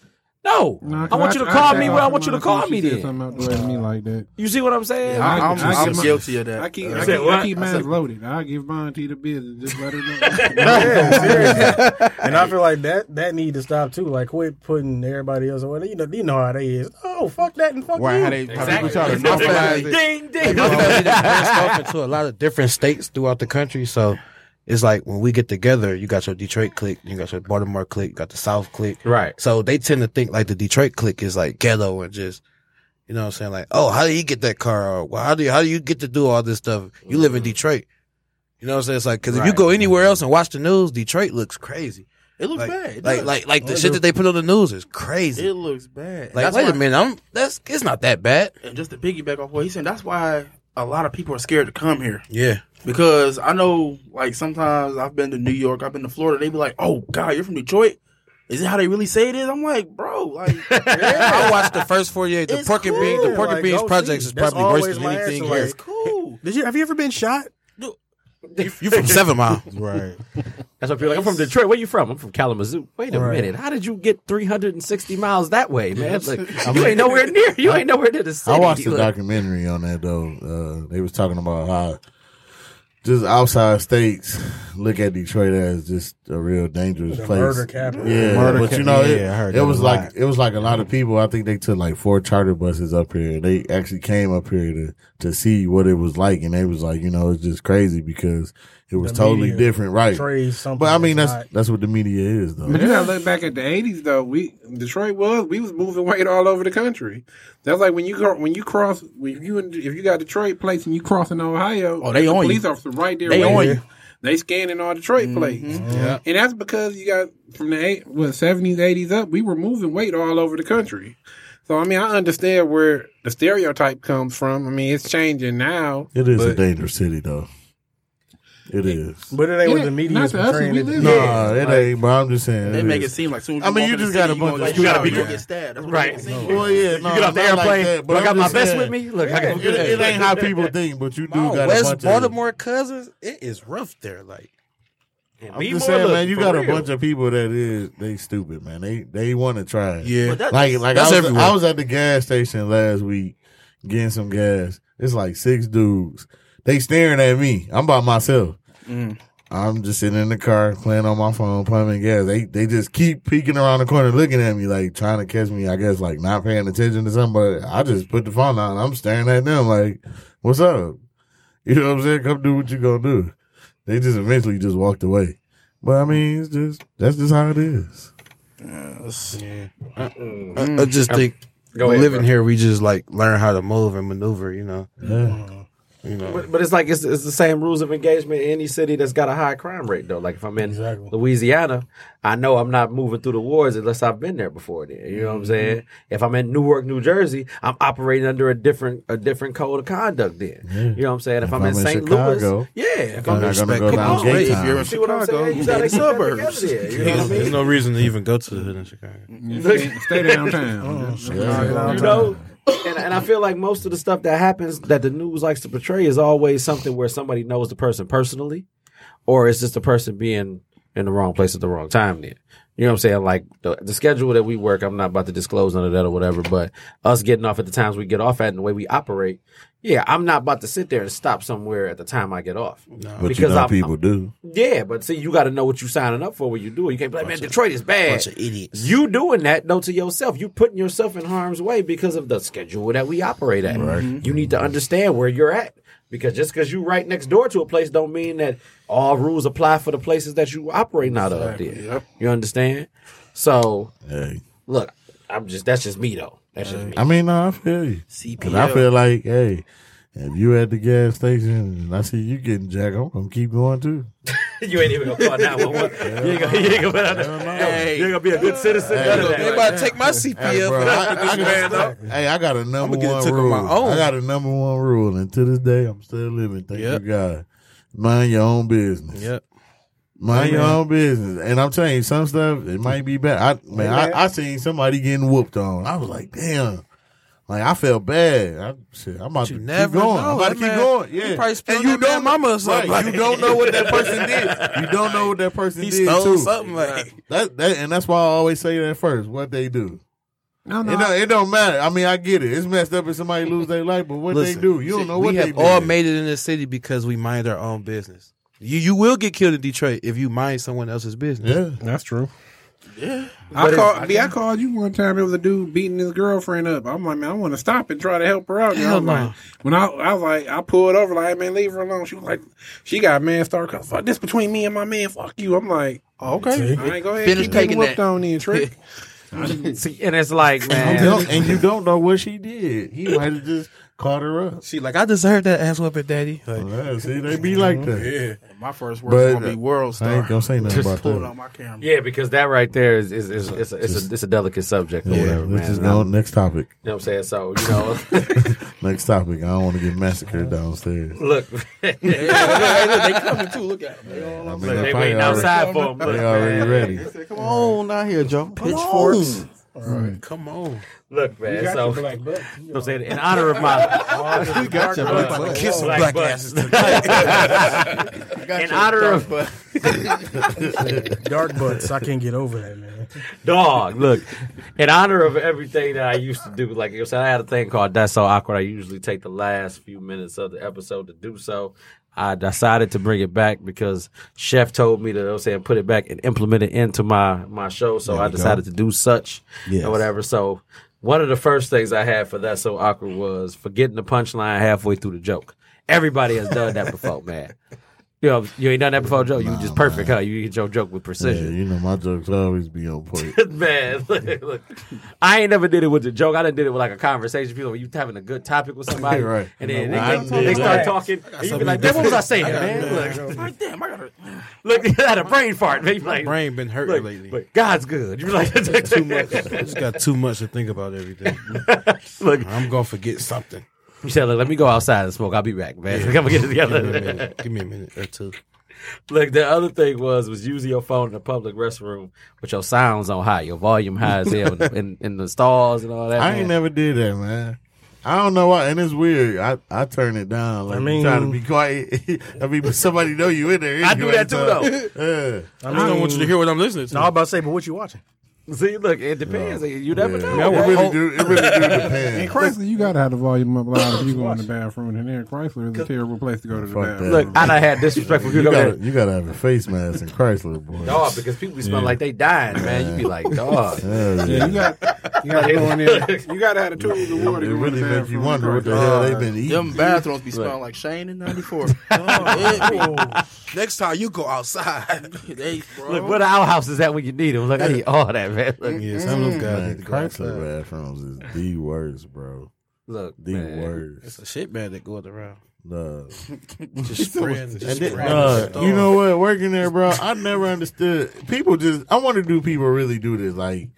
No,
Nah,
I want you to call me. Where I want you to call me. Then
me like that.
you see what I'm saying?
I,
I-
am
I get my-
guilty of that.
I keep,
Uh,
I
said
keep,
what?
I keep
I
mine
said-
loaded. I give mine to the business. Just let her know.
Yeah, seriously. and I feel like that that need to stop too. Like, quit putting everybody else away. You know, you know how they is. Oh, fuck that and fuck
Right,
you.
how they, how people
Exactly.
try to
Exactly.
normalize it.
Ding ding.
stuff into a lot of different states throughout the country. So it's like when we get together, you got your Detroit clique, you got your Baltimore clique, you got the South clique.
Right.
So they tend to think like the Detroit clique is like ghetto and just, you know what I'm saying? Like, oh, how do you get that car? Or well, how do you, how do you get to do all this stuff? You live in Detroit. You know what I'm saying? It's like, cause if you
Right.
go anywhere else and watch the news, Detroit looks crazy.
it looks
Like,
bad. It
like,
does.
like, like the shit that they put on the news is crazy.
it looks bad.
like,
That's
wait a
why-
minute, I'm, that's, it's not that bad.
And just to piggyback off what he said, that's why a lot of people are scared to come here.
Yeah.
Because I know, like, sometimes I've been to New York, I've been to Florida. They be like, "Oh God, you're from Detroit." Is it how they really say it is? I'm like, bro, like,
I watched the first 48. The
It's
Pork and Beans, the
cool.
Pork and
Like,
Beans
go
projects
see.
is
That's
probably worse
always
than
my
anything
answer,
here.
it's cool.
Did you have you ever been shot?
You from Seven Mile.
Right.
That's what people are like. I'm from Detroit. Where you from? I'm from Kalamazoo. Wait a
Right.
minute. How did you get 360 miles that way, man? Like, you ain't nowhere near. You ain't nowhere near the city.
I watched a
Like,
documentary on that though. Uh, they was talking about how just outside states look at Detroit as just a real dangerous
The
place.
murder capital.
Yeah,
Murder
but you
cap-
know, it,
yeah, I heard
it
that
was
a
like
lot.
it was like a lot of people. I think they took like four charter buses up here. They actually came up here to to see what it was like, and they was like, you know, it's just crazy because it was
The
totally
media
different, right?
Trade something.
But I mean,
that's
that's that's what the media is, though.
But you gotta look back at the '80s though. We Detroit was we was moving weight all over the country. That's like when you go when you cross when you in- if you got Detroit place and you crossing Ohio.
Oh, they
the
on you.
police officer right there.
They
waiting.
on you.
They scanning all Detroit plates.
Yeah.
And that's because you got from the eight, what seventies, eighties up, we were moving weight all over the country. So I mean, I understand where the stereotype comes from. I mean, it's changing now.
It is a
but-
dangerous city, though. It is.
but it ain't what
Yeah,
the media
not
is
to us,
portraying
we
it. to
live
be.
here.
Nah, it ain't. But I'm just saying.
They
it
make it
is.
seem like soon as
I
you
mean,
walk
you
in the
just got
city,
a
you
bunch
gonna
of
get- you gotta be
scooters.
gonna get stabbed. That's what
Right.
they make it seem.
Well, yeah,
You get off the airplane. but I got my vest with me. Look, I got
It, it ain't how people think, but you do got a
West
bunch
Baltimore cousins, it is rough there. Like,
Of, I'm just saying, man, you got a bunch of people that is they stupid, man. They they want to try. It.
yeah.
But that-
like like
That's
I was,
everywhere.
I was at the gas station last week getting some gas. It's like six dudes. They staring at me. I'm by myself. I'm just sitting in the car playing on my phone, pumping gas. They they just keep peeking around the corner, looking at me like trying to catch me. I guess like not paying attention to something. But I just put the phone down. I'm staring at them like, "What's up?" You know what I'm saying? Come do what you gonna do. They just eventually just walked away. But I mean, it's just that's just how it is.
I, I just think living here, we just like learn how to move and maneuver, you know?
Yeah.
You know?
But, but it's like it's, it's the same rules of engagement in any city that's got a high crime rate though. Like if I'm in Louisiana, I know I'm not moving through the wards unless I've been there before. Then you know
Mm-hmm.
what I'm saying. If I'm in Newark, New Jersey, I'm operating under a different a different code of conduct. Then you know what I'm saying. If, I'm, in, St.
Chicago,
Louis, yeah. If
I'm
I'm
not
in
gonna go
Come
down
on,
gay
if
time.
you're in
See what I'm saying? You gotta keep that
Suburbs.
together, You know what I mean?
There's no reason to even go to the hood in Chicago.
You stay, stay
Oh,
downtown.
you know and, and i feel like most of the stuff that happens that the news likes to portray is always something where somebody knows the person personally or it's just the person being in the wrong place at the wrong time then you know what i'm saying like the, the schedule that we work i'm not about to disclose none of that or whatever but us getting off at the times we get off at and the way we operate yeah i'm not about to sit there and stop somewhere at the time i get off
But
Because
you know
I'm-
people do.
yeah but see you got to know what you signing up for when you do it you can't be like man detroit is bad
Bunch of idiots.
you doing that though to yourself. You putting yourself in harm's way because of the schedule that we operate at. Mm-hmm. You need to understand where you're at. Because just because you right next door to a place don't mean that all rules apply for the places that you operating out of there. You understand? So
Hey.
look, I'm just that's just me though. That's just me.
I mean, no, I feel you. Because I feel like, hey, if you at the gas station and I see you getting jacked, I'm going to keep going too.
you ain't even gonna call that one. You ain't gonna, you ain't gonna,
Hey.
you ain't gonna be a good citizen.
Hey.
none of
They
that.
about to take my CPF.
Bro,
and
I,
I'm
I,
gonna get this
got,
man
hey, I got a number
get it
one
took on
rule.
my own.
I got a number one rule. And to this day, I'm still living. Thank
Yep.
you, God. Mind your own business.
Yep.
Mind your own business. And I'm telling you, some stuff it might be bad. I man, I, I seen somebody getting whooped on. I was like, damn. Like I felt bad. I, shit, I'm about
You
to
never
keep going.
know.
I'm about to
That
keep
man-
going. Yeah.
He probably spilled that man mama or something.
Right. You
Like-
don't know what that person did. You don't know what that person
He
did
stole
too.
something. Like,
That, that and that's why I always say that first. What they do.
No,
It don't, it don't matter. I mean, I get it. It's messed up if somebody lose their life, but what
Listen,
they do, you don't know what
we
they
have all
did.
made it in this city because we mind our own business. You you will get killed in Detroit if you mind someone else's business.
Yeah,
That's true.
Yeah.
I called. B, I called you one time. It was a dude beating his girlfriend up. I'm like, man, I want to stop and try to help her out. And I
Hell
was
no.
like, when I, I was like, I pulled over, like, man, leave her alone. She was like, she got mad, started cussing, fuck this between me and my man. Fuck you. I'm like, oh, okay, all right, go ahead,
Finish
keep getting
taking
whooped
that.
on then, trick.
See, and it's like,
And,
man,
don't- and you don't know what she did. He might have just caught her up.
She like I deserve that ass whooping, daddy. Like,
Well, see, they be like that.
My first word's
But,
gonna be
uh,
world
I ain't
star.
gonna say nothing
Just
about
pull
that.
Put it on my camera.
yeah, because that right there is is, is it's, a, it's, a, it's a delicate subject or
Yeah,
whatever, man.
let's just
And I'm-
go next topic.
You know what I'm saying? So, you know,
Next topic. I don't want to get massacred downstairs.
look, they
They coming too. Look at them. They all
I mean,
on
they probably
waiting
already-
outside for him. Look,
They already
man.
ready.
Come on out here, Joe. Pitchforks.
Mm. come on,
Look, man. So, you know
black butt.
what I'm saying? In honor of my,
We got you.
Black
brother.
kiss some black asses in honor of
Dark butts. I can't get over that, man.
Dog, look, in honor of everything that I used to do, like you said, I had a thing called That's So Awkward. I usually take the last few minutes of the episode to do so. I decided to bring it back because Chef told me to, you know what I'm saying, put it back and implement it into my, my show. So I decided to do such
Yes.
or whatever. So one of the first things I had for That's So Awkward was forgetting the punchline halfway through the joke. Everybody has done that before, man. You know, you ain't done that before, Joe. You just perfect, huh? You hit your joke with
Yeah,
precision
you know my jokes always be on point.
man, look, look. I ain't never did it with a joke. I done did it with like a conversation. People, when you having a good topic with somebody,
Right.
And then
Well, I
they, get-
did
they start
that.
talking, and you be like, "Man, "What was I saying, man?" Look,
Like, damn, I gotta.
look, you had a brain fart. Man. You be like,
brain been hurting
look,
lately.
but God's good. You be like,
too much. I just got too much to think about everything.
look,
I'm gonna forget something.
you said, "Look, let me go outside and smoke. I'll be back, man. Come and get it
Give me a
together."
minute, Give me a minute or two.
Look, the other thing was was using your phone in a public restroom with your sounds on high, your volume high as hell, in, in, in the stalls and all that.
I
man.
ain't never did that, man. I don't know why, and it's weird. I, I turn it down. Like I
mean-
mean, trying to be quiet. I mean, but somebody know you in there.
I do that too,
though.
I, don't want you to hear what I'm listening to.
No, I was about to say, but what you watching?
See, look, it depends. You never know.
it really do. It really do depend.
Chrysler, you gotta have the volume up loud if you go in the bathroom, and there, Chrysler is a terrible place to go to the
Fuck
bathroom.
that.
Look, I done had disrespectful
You
people come
gotta,
in.
you gotta have a face mask in Chrysler, boy.
Dog, because people be smelling like they dying, man. You be like, dog.
Hell
Yeah,
yeah.
you got you got to go in there.
You gotta have the tools of
It
water. to go in
really
the
makes you
bathroom.
wonder what the hell
Uh,
they've been eating.
Them bathrooms be smelling like Shane in '94. oh,
Next time you go outside.
they, bro.
Look, where the outhouse is at when you need them? Look, I need all that, man. Look,
Yeah, some of them guys
Man,
need to go
Chrysler
outside.
bathrooms is the worst, bro.
look
The
man.
worst.
It's a shit bag that goes around.
No.
Just spraying. Just spraying
Uh,
the
you know what? Working there, bro, I never understood. People just, I wonder, do people really do this? Like,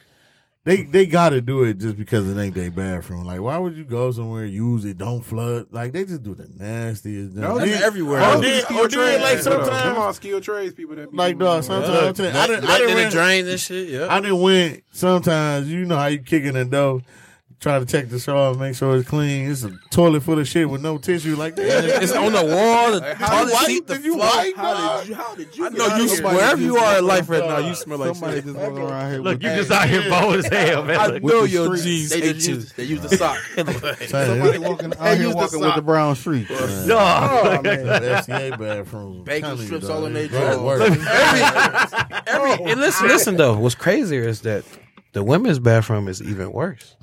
they they got to do it just because it ain't their bathroom. Like, why would you go somewhere, use it, don't flood? Like, they just do the nastiest.
No,
Then-
that's
everywhere.
Or
Those
then,
Uh, skilled
or then,
trades
like
people, though. Them
sometimes,
all skilled trades people that be
like
doing
dog,
that.
sometimes I'm telling you, I didn't, I didn't
didn't
went,
drain and shit. Yeah.
I didn't went. Sometimes you know how you kicking the door. Try to check the shower, and make sure it's clean. It's a toilet full of shit with no tissue. Like that.
It's on the wall. The toilet
Why-
seat. The
did you
floor.
wipe,
how
dog?
did you? How did you?
No, you
Somebody
wherever you
just-
are in life right now, you smell like
Somebody
shit.
just walking around here.
Look,
with
you
that.
just out here bold as hell, man. Look,
know
the
your
streets.
G's
They
ate
just
you.
use, they use the sock.
Somebody walking out here
use the
walking with
sock.
the brown streak.
Oh,
dog.
FCA bathroom.
Bacon
Telling you,
strips
dog,
all in
it's
their
the
drawers.
worst.
Every, and listen, listen though. What's crazier is that the women's bathroom is even worse.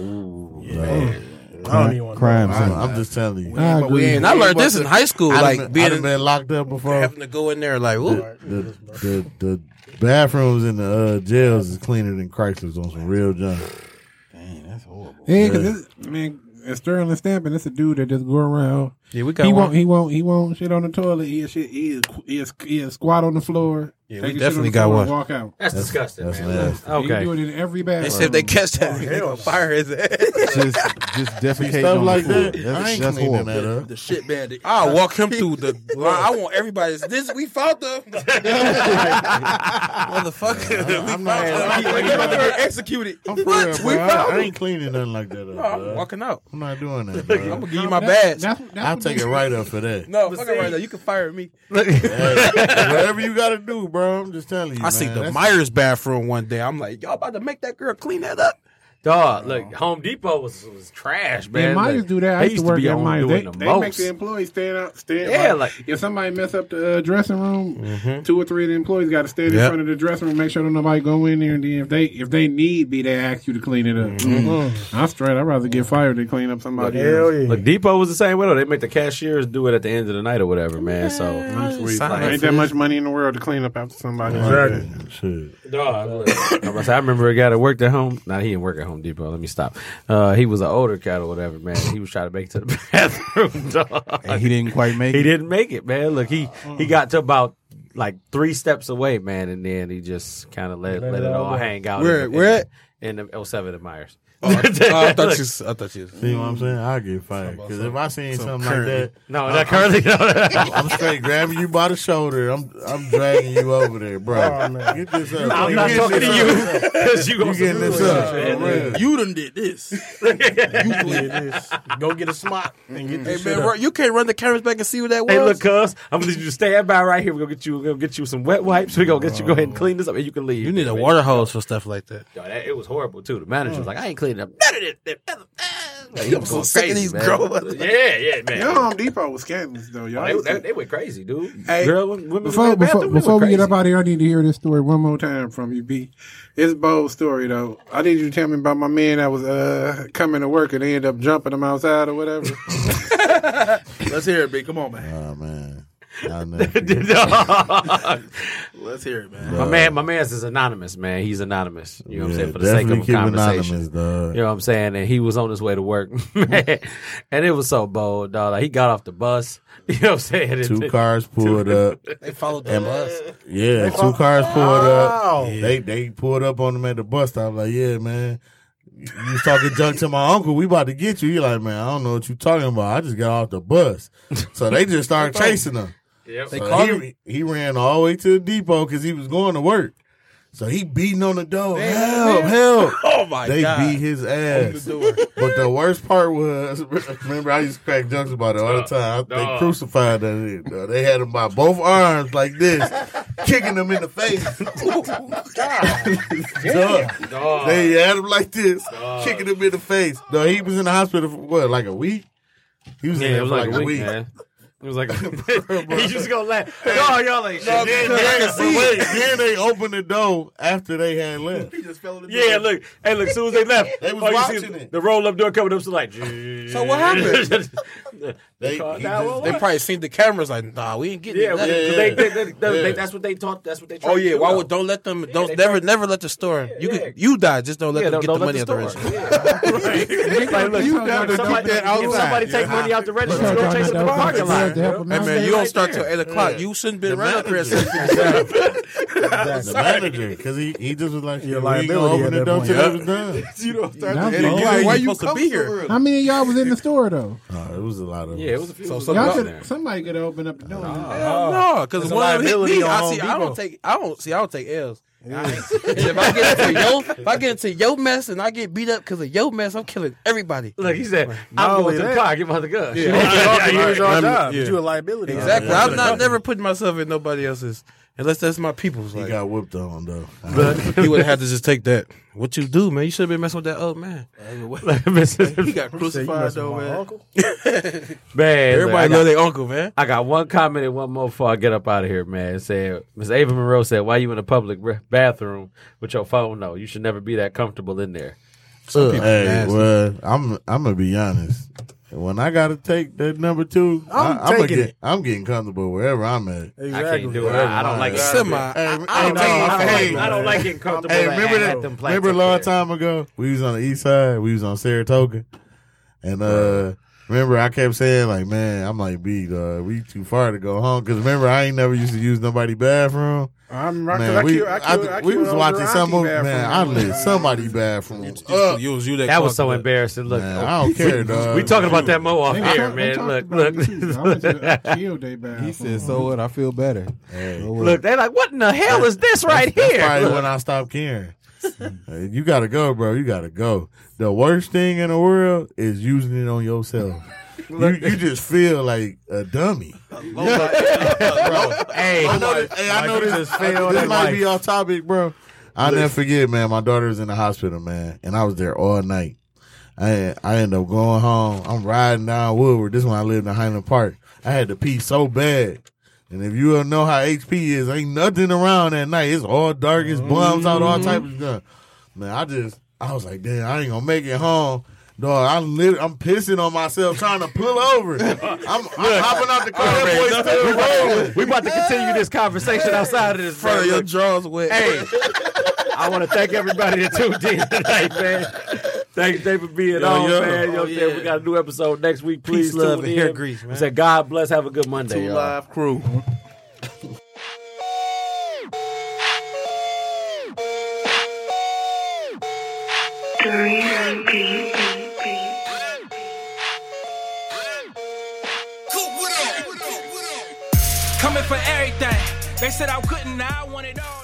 I don't even want
Crime
I'm,
scene.
I'm just telling you.
I agree.
And I learned this in high school,
I'd
like
have been, I'd
being
have been locked up before.
having to go in there, like, ooh,
The, the, the bathrooms in the uh, jails is cleaner than Chrysler's on some real junk.
Yeah, 'cause this- I mean, it's Sterling Stampin', it's a dude that just go around.
yeah, we got
He won't.
one.
He won't. He won't shit on the toilet. He shit. He is. He is squat on the floor.
Yeah,
take
we
a shit on
definitely
the
got
floor
one.
and Walk out.
That's disgusting,
That's
man. Look,
nasty.
Okay.
Okay.
You do it in every
They said if
bathroom.
they catch that, they gonna fire his ass.
just, just defecate
Stuff
on
like
the floor.
that.
That's,
I ain't
that's
cleaning
horrible.
that up.
The shit bandit.
I'll walk him through the. I want everybody. This we found them, motherfucker.
I'm not. I'm,
we about to get executed.
I'm for real, bro. I, I ain't cleaning nothing like that up.
I'm
dog.
walking out.
I'm not doing that.
I'm
Bro.
gonna give you my
That's-
badge.
that's what- that's
I'll
what
take
they-
it right up for that.
No, fuck it right now. You can fire me.
Hey, whatever you got to do, bro. I'm just telling you.
I see
man.
the
That's-
Myers bathroom one day. I'm like, y'all about to make that girl clean that up.
Dog, look, Home Depot was was trash, man.
Yeah, mine
Like,
used to do that. I
they
used to work
be
at
on
mine.
doing
They-
the
They
most.
make the employees stand out. Stand,
Yeah, like-
if somebody mess up the uh, dressing room, two or three of the employees got to stand in
Yep.
front of the dressing room, make sure don't nobody go in there. And then if they if they need be, they ask you to clean it up. I'm straight. I'd rather get fired than clean up somebody.
Hell
else.
yeah.
Look, Depot was the same way though. They make the cashiers do it at the end of the night or whatever, man. So
Sweet.
Sign up
Ain't
for
that
this.
much money in the world to clean up after somebody?
Exactly.
Shit.
Dog, look. uh, I'm about to say, I remember a guy that worked at home. Nah, he didn't work at Home Depot. Let me stop. Uh, he was an older cat or whatever, man. He was trying to make it to the bathroom, dog.
And he didn't quite make
He
it.
didn't make it, man. Look, he he got to about like three steps away, man, and then he just kind of let, let it all hang out.
Where-
in, the-
where at?
in the, in the 07 at Myers.
Oh, I, oh, I thought you. s- I thought you.
See what
Mm.
I'm saying? I get fired because if I seen something like that,
current-
No, not currently.
I'm, I'm straight grabbing you by the shoulder. I'm I'm dragging you over there, bro. Get this up.
I'm
You
not
getting
talking to
this
you
up.
because you,
You
gonna
getting this up? for real.
You done did this.
Go get a smock and get this
Hey
shit
man,
up.
bro, you can't run the cameras back and see what that was.
Hey, look, cuz, I'm gonna need you to stand by right here. We're gonna get you, we're gonna get you some wet wipes. We're gonna get you go ahead and clean this up, and you can leave.
you need a water hose for stuff like that.
Yo, that, it was horrible too. The manager was like, "I ain't cleaning up none of this." that- that- that." Like, he was
so
going
sick of
crazy,
these
man.
grown-
Yeah, yeah, man.
Your Home Depot was scandalous though. Y'all
They,
used to-
they, they went crazy, dude.
Hey,
Girl, women- women
Before,
went
before,
bathroom,
before we
went
get up
crazy.
out of here, I need to hear this story one more time from you, B. It's a bold story though. I need you to tell me about my man that was uh, coming to work and they ended up jumping him outside or whatever.
Let's hear it, B. Come on, man.
Oh man, I never.
Let's hear it, man.
my man, my man's is anonymous, man. He's anonymous. You know what I'm saying? For the sake
definitely
of
keep
conversation.
anonymous, dog.
You know what I'm saying? And he was on his way to work, man. and it was so bold, dog. Like, he got off the bus. You know what I'm saying?
Two cars pulled up.
They followed the
And-
bus.
Yeah, two cars pulled up. They they pulled up on him at the bus stop. Like, yeah, man, you was talking junk to my uncle. We about to get you. He like, man, I don't know what you talking about. I just got off the bus. So they just started chasing him.
Yep.
So he, he ran all the way to the depot because he was going to work. So he beating on the door. Help! Help!
Oh my
they
god!
beat his ass.
door.
but the worst part was, remember, I used to crack jokes about it all the time. I- They crucified that. nigga, dog. They had him by both arms like this, kicking him in the face.
Oh,
Dog. They had him like this, kicking him in the face. No, he was in the hospital for what, like a week? He was in
Yeah,
there
it was
for
like, a week, man. It was like, he's just gonna laugh. No, y'all like,
Then
shit.
they- but wait, then they opened the door after they had left.
Yeah, look. Hey, look. As soon as they left,
They was
all you see
watching
is
it.
The roll up door coming up, so like. So
what happened?
They, he
called
just-
911.
They probably seen the cameras. Like, nah, we ain't getting
yeah,
yeah, that.
because
yeah,
they,
yeah.
they, they, they-
Yeah.
that's what they taught. That's what they.
Oh
tried to
yeah,
do,
why
though.
would don't let them? Don't
they
never never let the store. you
yeah.
can you die. Just don't let
Yeah,
them
don't,
get
don't
the
let the
money at the
store.
register.
Yeah. Like, look, if somebody,
that
if somebody take money out the register,
Sure,
go take it
Johnny,
to the
that was
parking
the
lot.
to help him
Hey
out.
man, you
right
don't start till
there.
eight o'clock. You shouldn't been around up here. at
manager.
6:57.
the manager because he, he just was like,
Your
"Shit, we ain't gonna open
liability at
the
that
door
point."
till it was done."
Nah,
And
bro.
you
Like,
ain't supposed to be here.
How many of y'all was in the store though?
No, it was a lot of.
Yeah, it was a few. So,
Y'all
in
could,
there.
somebody could open up the door.
No, because one of them
Oh. liability
hit me. I
on
see.
Home
I
Depot.
don't take. I don't see. I don't take L's. I ain't- if I get into your, if I get into your mess and I get beat up because of your mess, I'm killing everybody.
Look, he said, "I'm going to the car. Get behind the gun."
Here's your
I'm-
job.
yeah.
You a liability.
Exactly. I'm not never putting myself in nobody else's unless that's my people's.
He
Like
got whooped on though.
he would have had to just take that. What you do, man? You should have been messing with that old man.
He got crucified though, man.
Man,
Everybody
everybody
know their uncle, man.
I got one comment and one more before I get up out of here, man. It said Miss Ava Monroe said, "Why you in a public re- bathroom with your phone? No, you should never be that comfortable in there."
Uh, hey, well, I'm I'm gonna be honest. When I gotta take that number two,
I'm
I, I'm,
taking
get,
it.
I'm getting comfortable wherever I'm at.
I can't do it.
Exactly.
I, I don't like it.
Hey,
Semi. I,
hey,
I don't
no,
take my
I don't
hey,
like-
I don't like getting comfortable.
Hey,
like,
remember
at
that?
them plants
Remember a
up
long
there.
time ago, we was on the east side. We was on Saratoga, and uh, remember I kept saying like, "Man, I'm like, B, uh, we too far to go home." Because remember, I ain't never used to use nobody bathroom.
I'm right. 'cause
Man,
I
we,
killed, I
I
killed,
th-
I
we
killed
was watching some movie.
movie.
Man, I lit somebody bathroom. up.
You was you that.
That was
clocked
so
up.
embarrassing. Look, oh,
Man, I don't care, dog.
we talking about that mo off
They
air,
talk- they
man.
talked about
Look,
it, too. I went
look,
to- I killed they bad.
He said, "So what? I feel better." So what?
look. They like, what in the hell is this right
That's
here?
probably
Look.
when I stopped caring. Uh, you gotta go, bro. You gotta go. The worst thing in the world is using it on yourself. you, you just feel like a dummy.
Hey,
I know this, hey, I know this, this might be off topic, bro. I'll never forget, man. My daughter was in the hospital, man, and I was there all night. I I end up going home. I'm riding down Woodward. This one I lived in Highland Park. I had to pee so bad. And if you don't know how HP is, ain't nothing around at night. It's all dark, it's bums out, all type of stuff. Man, I just I was like, damn, I ain't gonna make it home. Dog, I'm lit- I'm pissing on myself trying to pull over. I'm, I'm hopping out the car. That boy still rolling.
We about to continue this conversation outside of this.
Bro,
bro.
your jaws wet.
Hey, I want to thank everybody that tuned in tonight, man. Thanks, Dave, for being on,
yo.
man. You know what I'm saying? We got a new episode next week. Please
Oh, Peace, love,
tune
and
in.
hair grease,
We
man.
said, God bless. Have a good Monday,
Two
y'all.
live crew.
Coming for everything. They said I couldn't, now I want it all.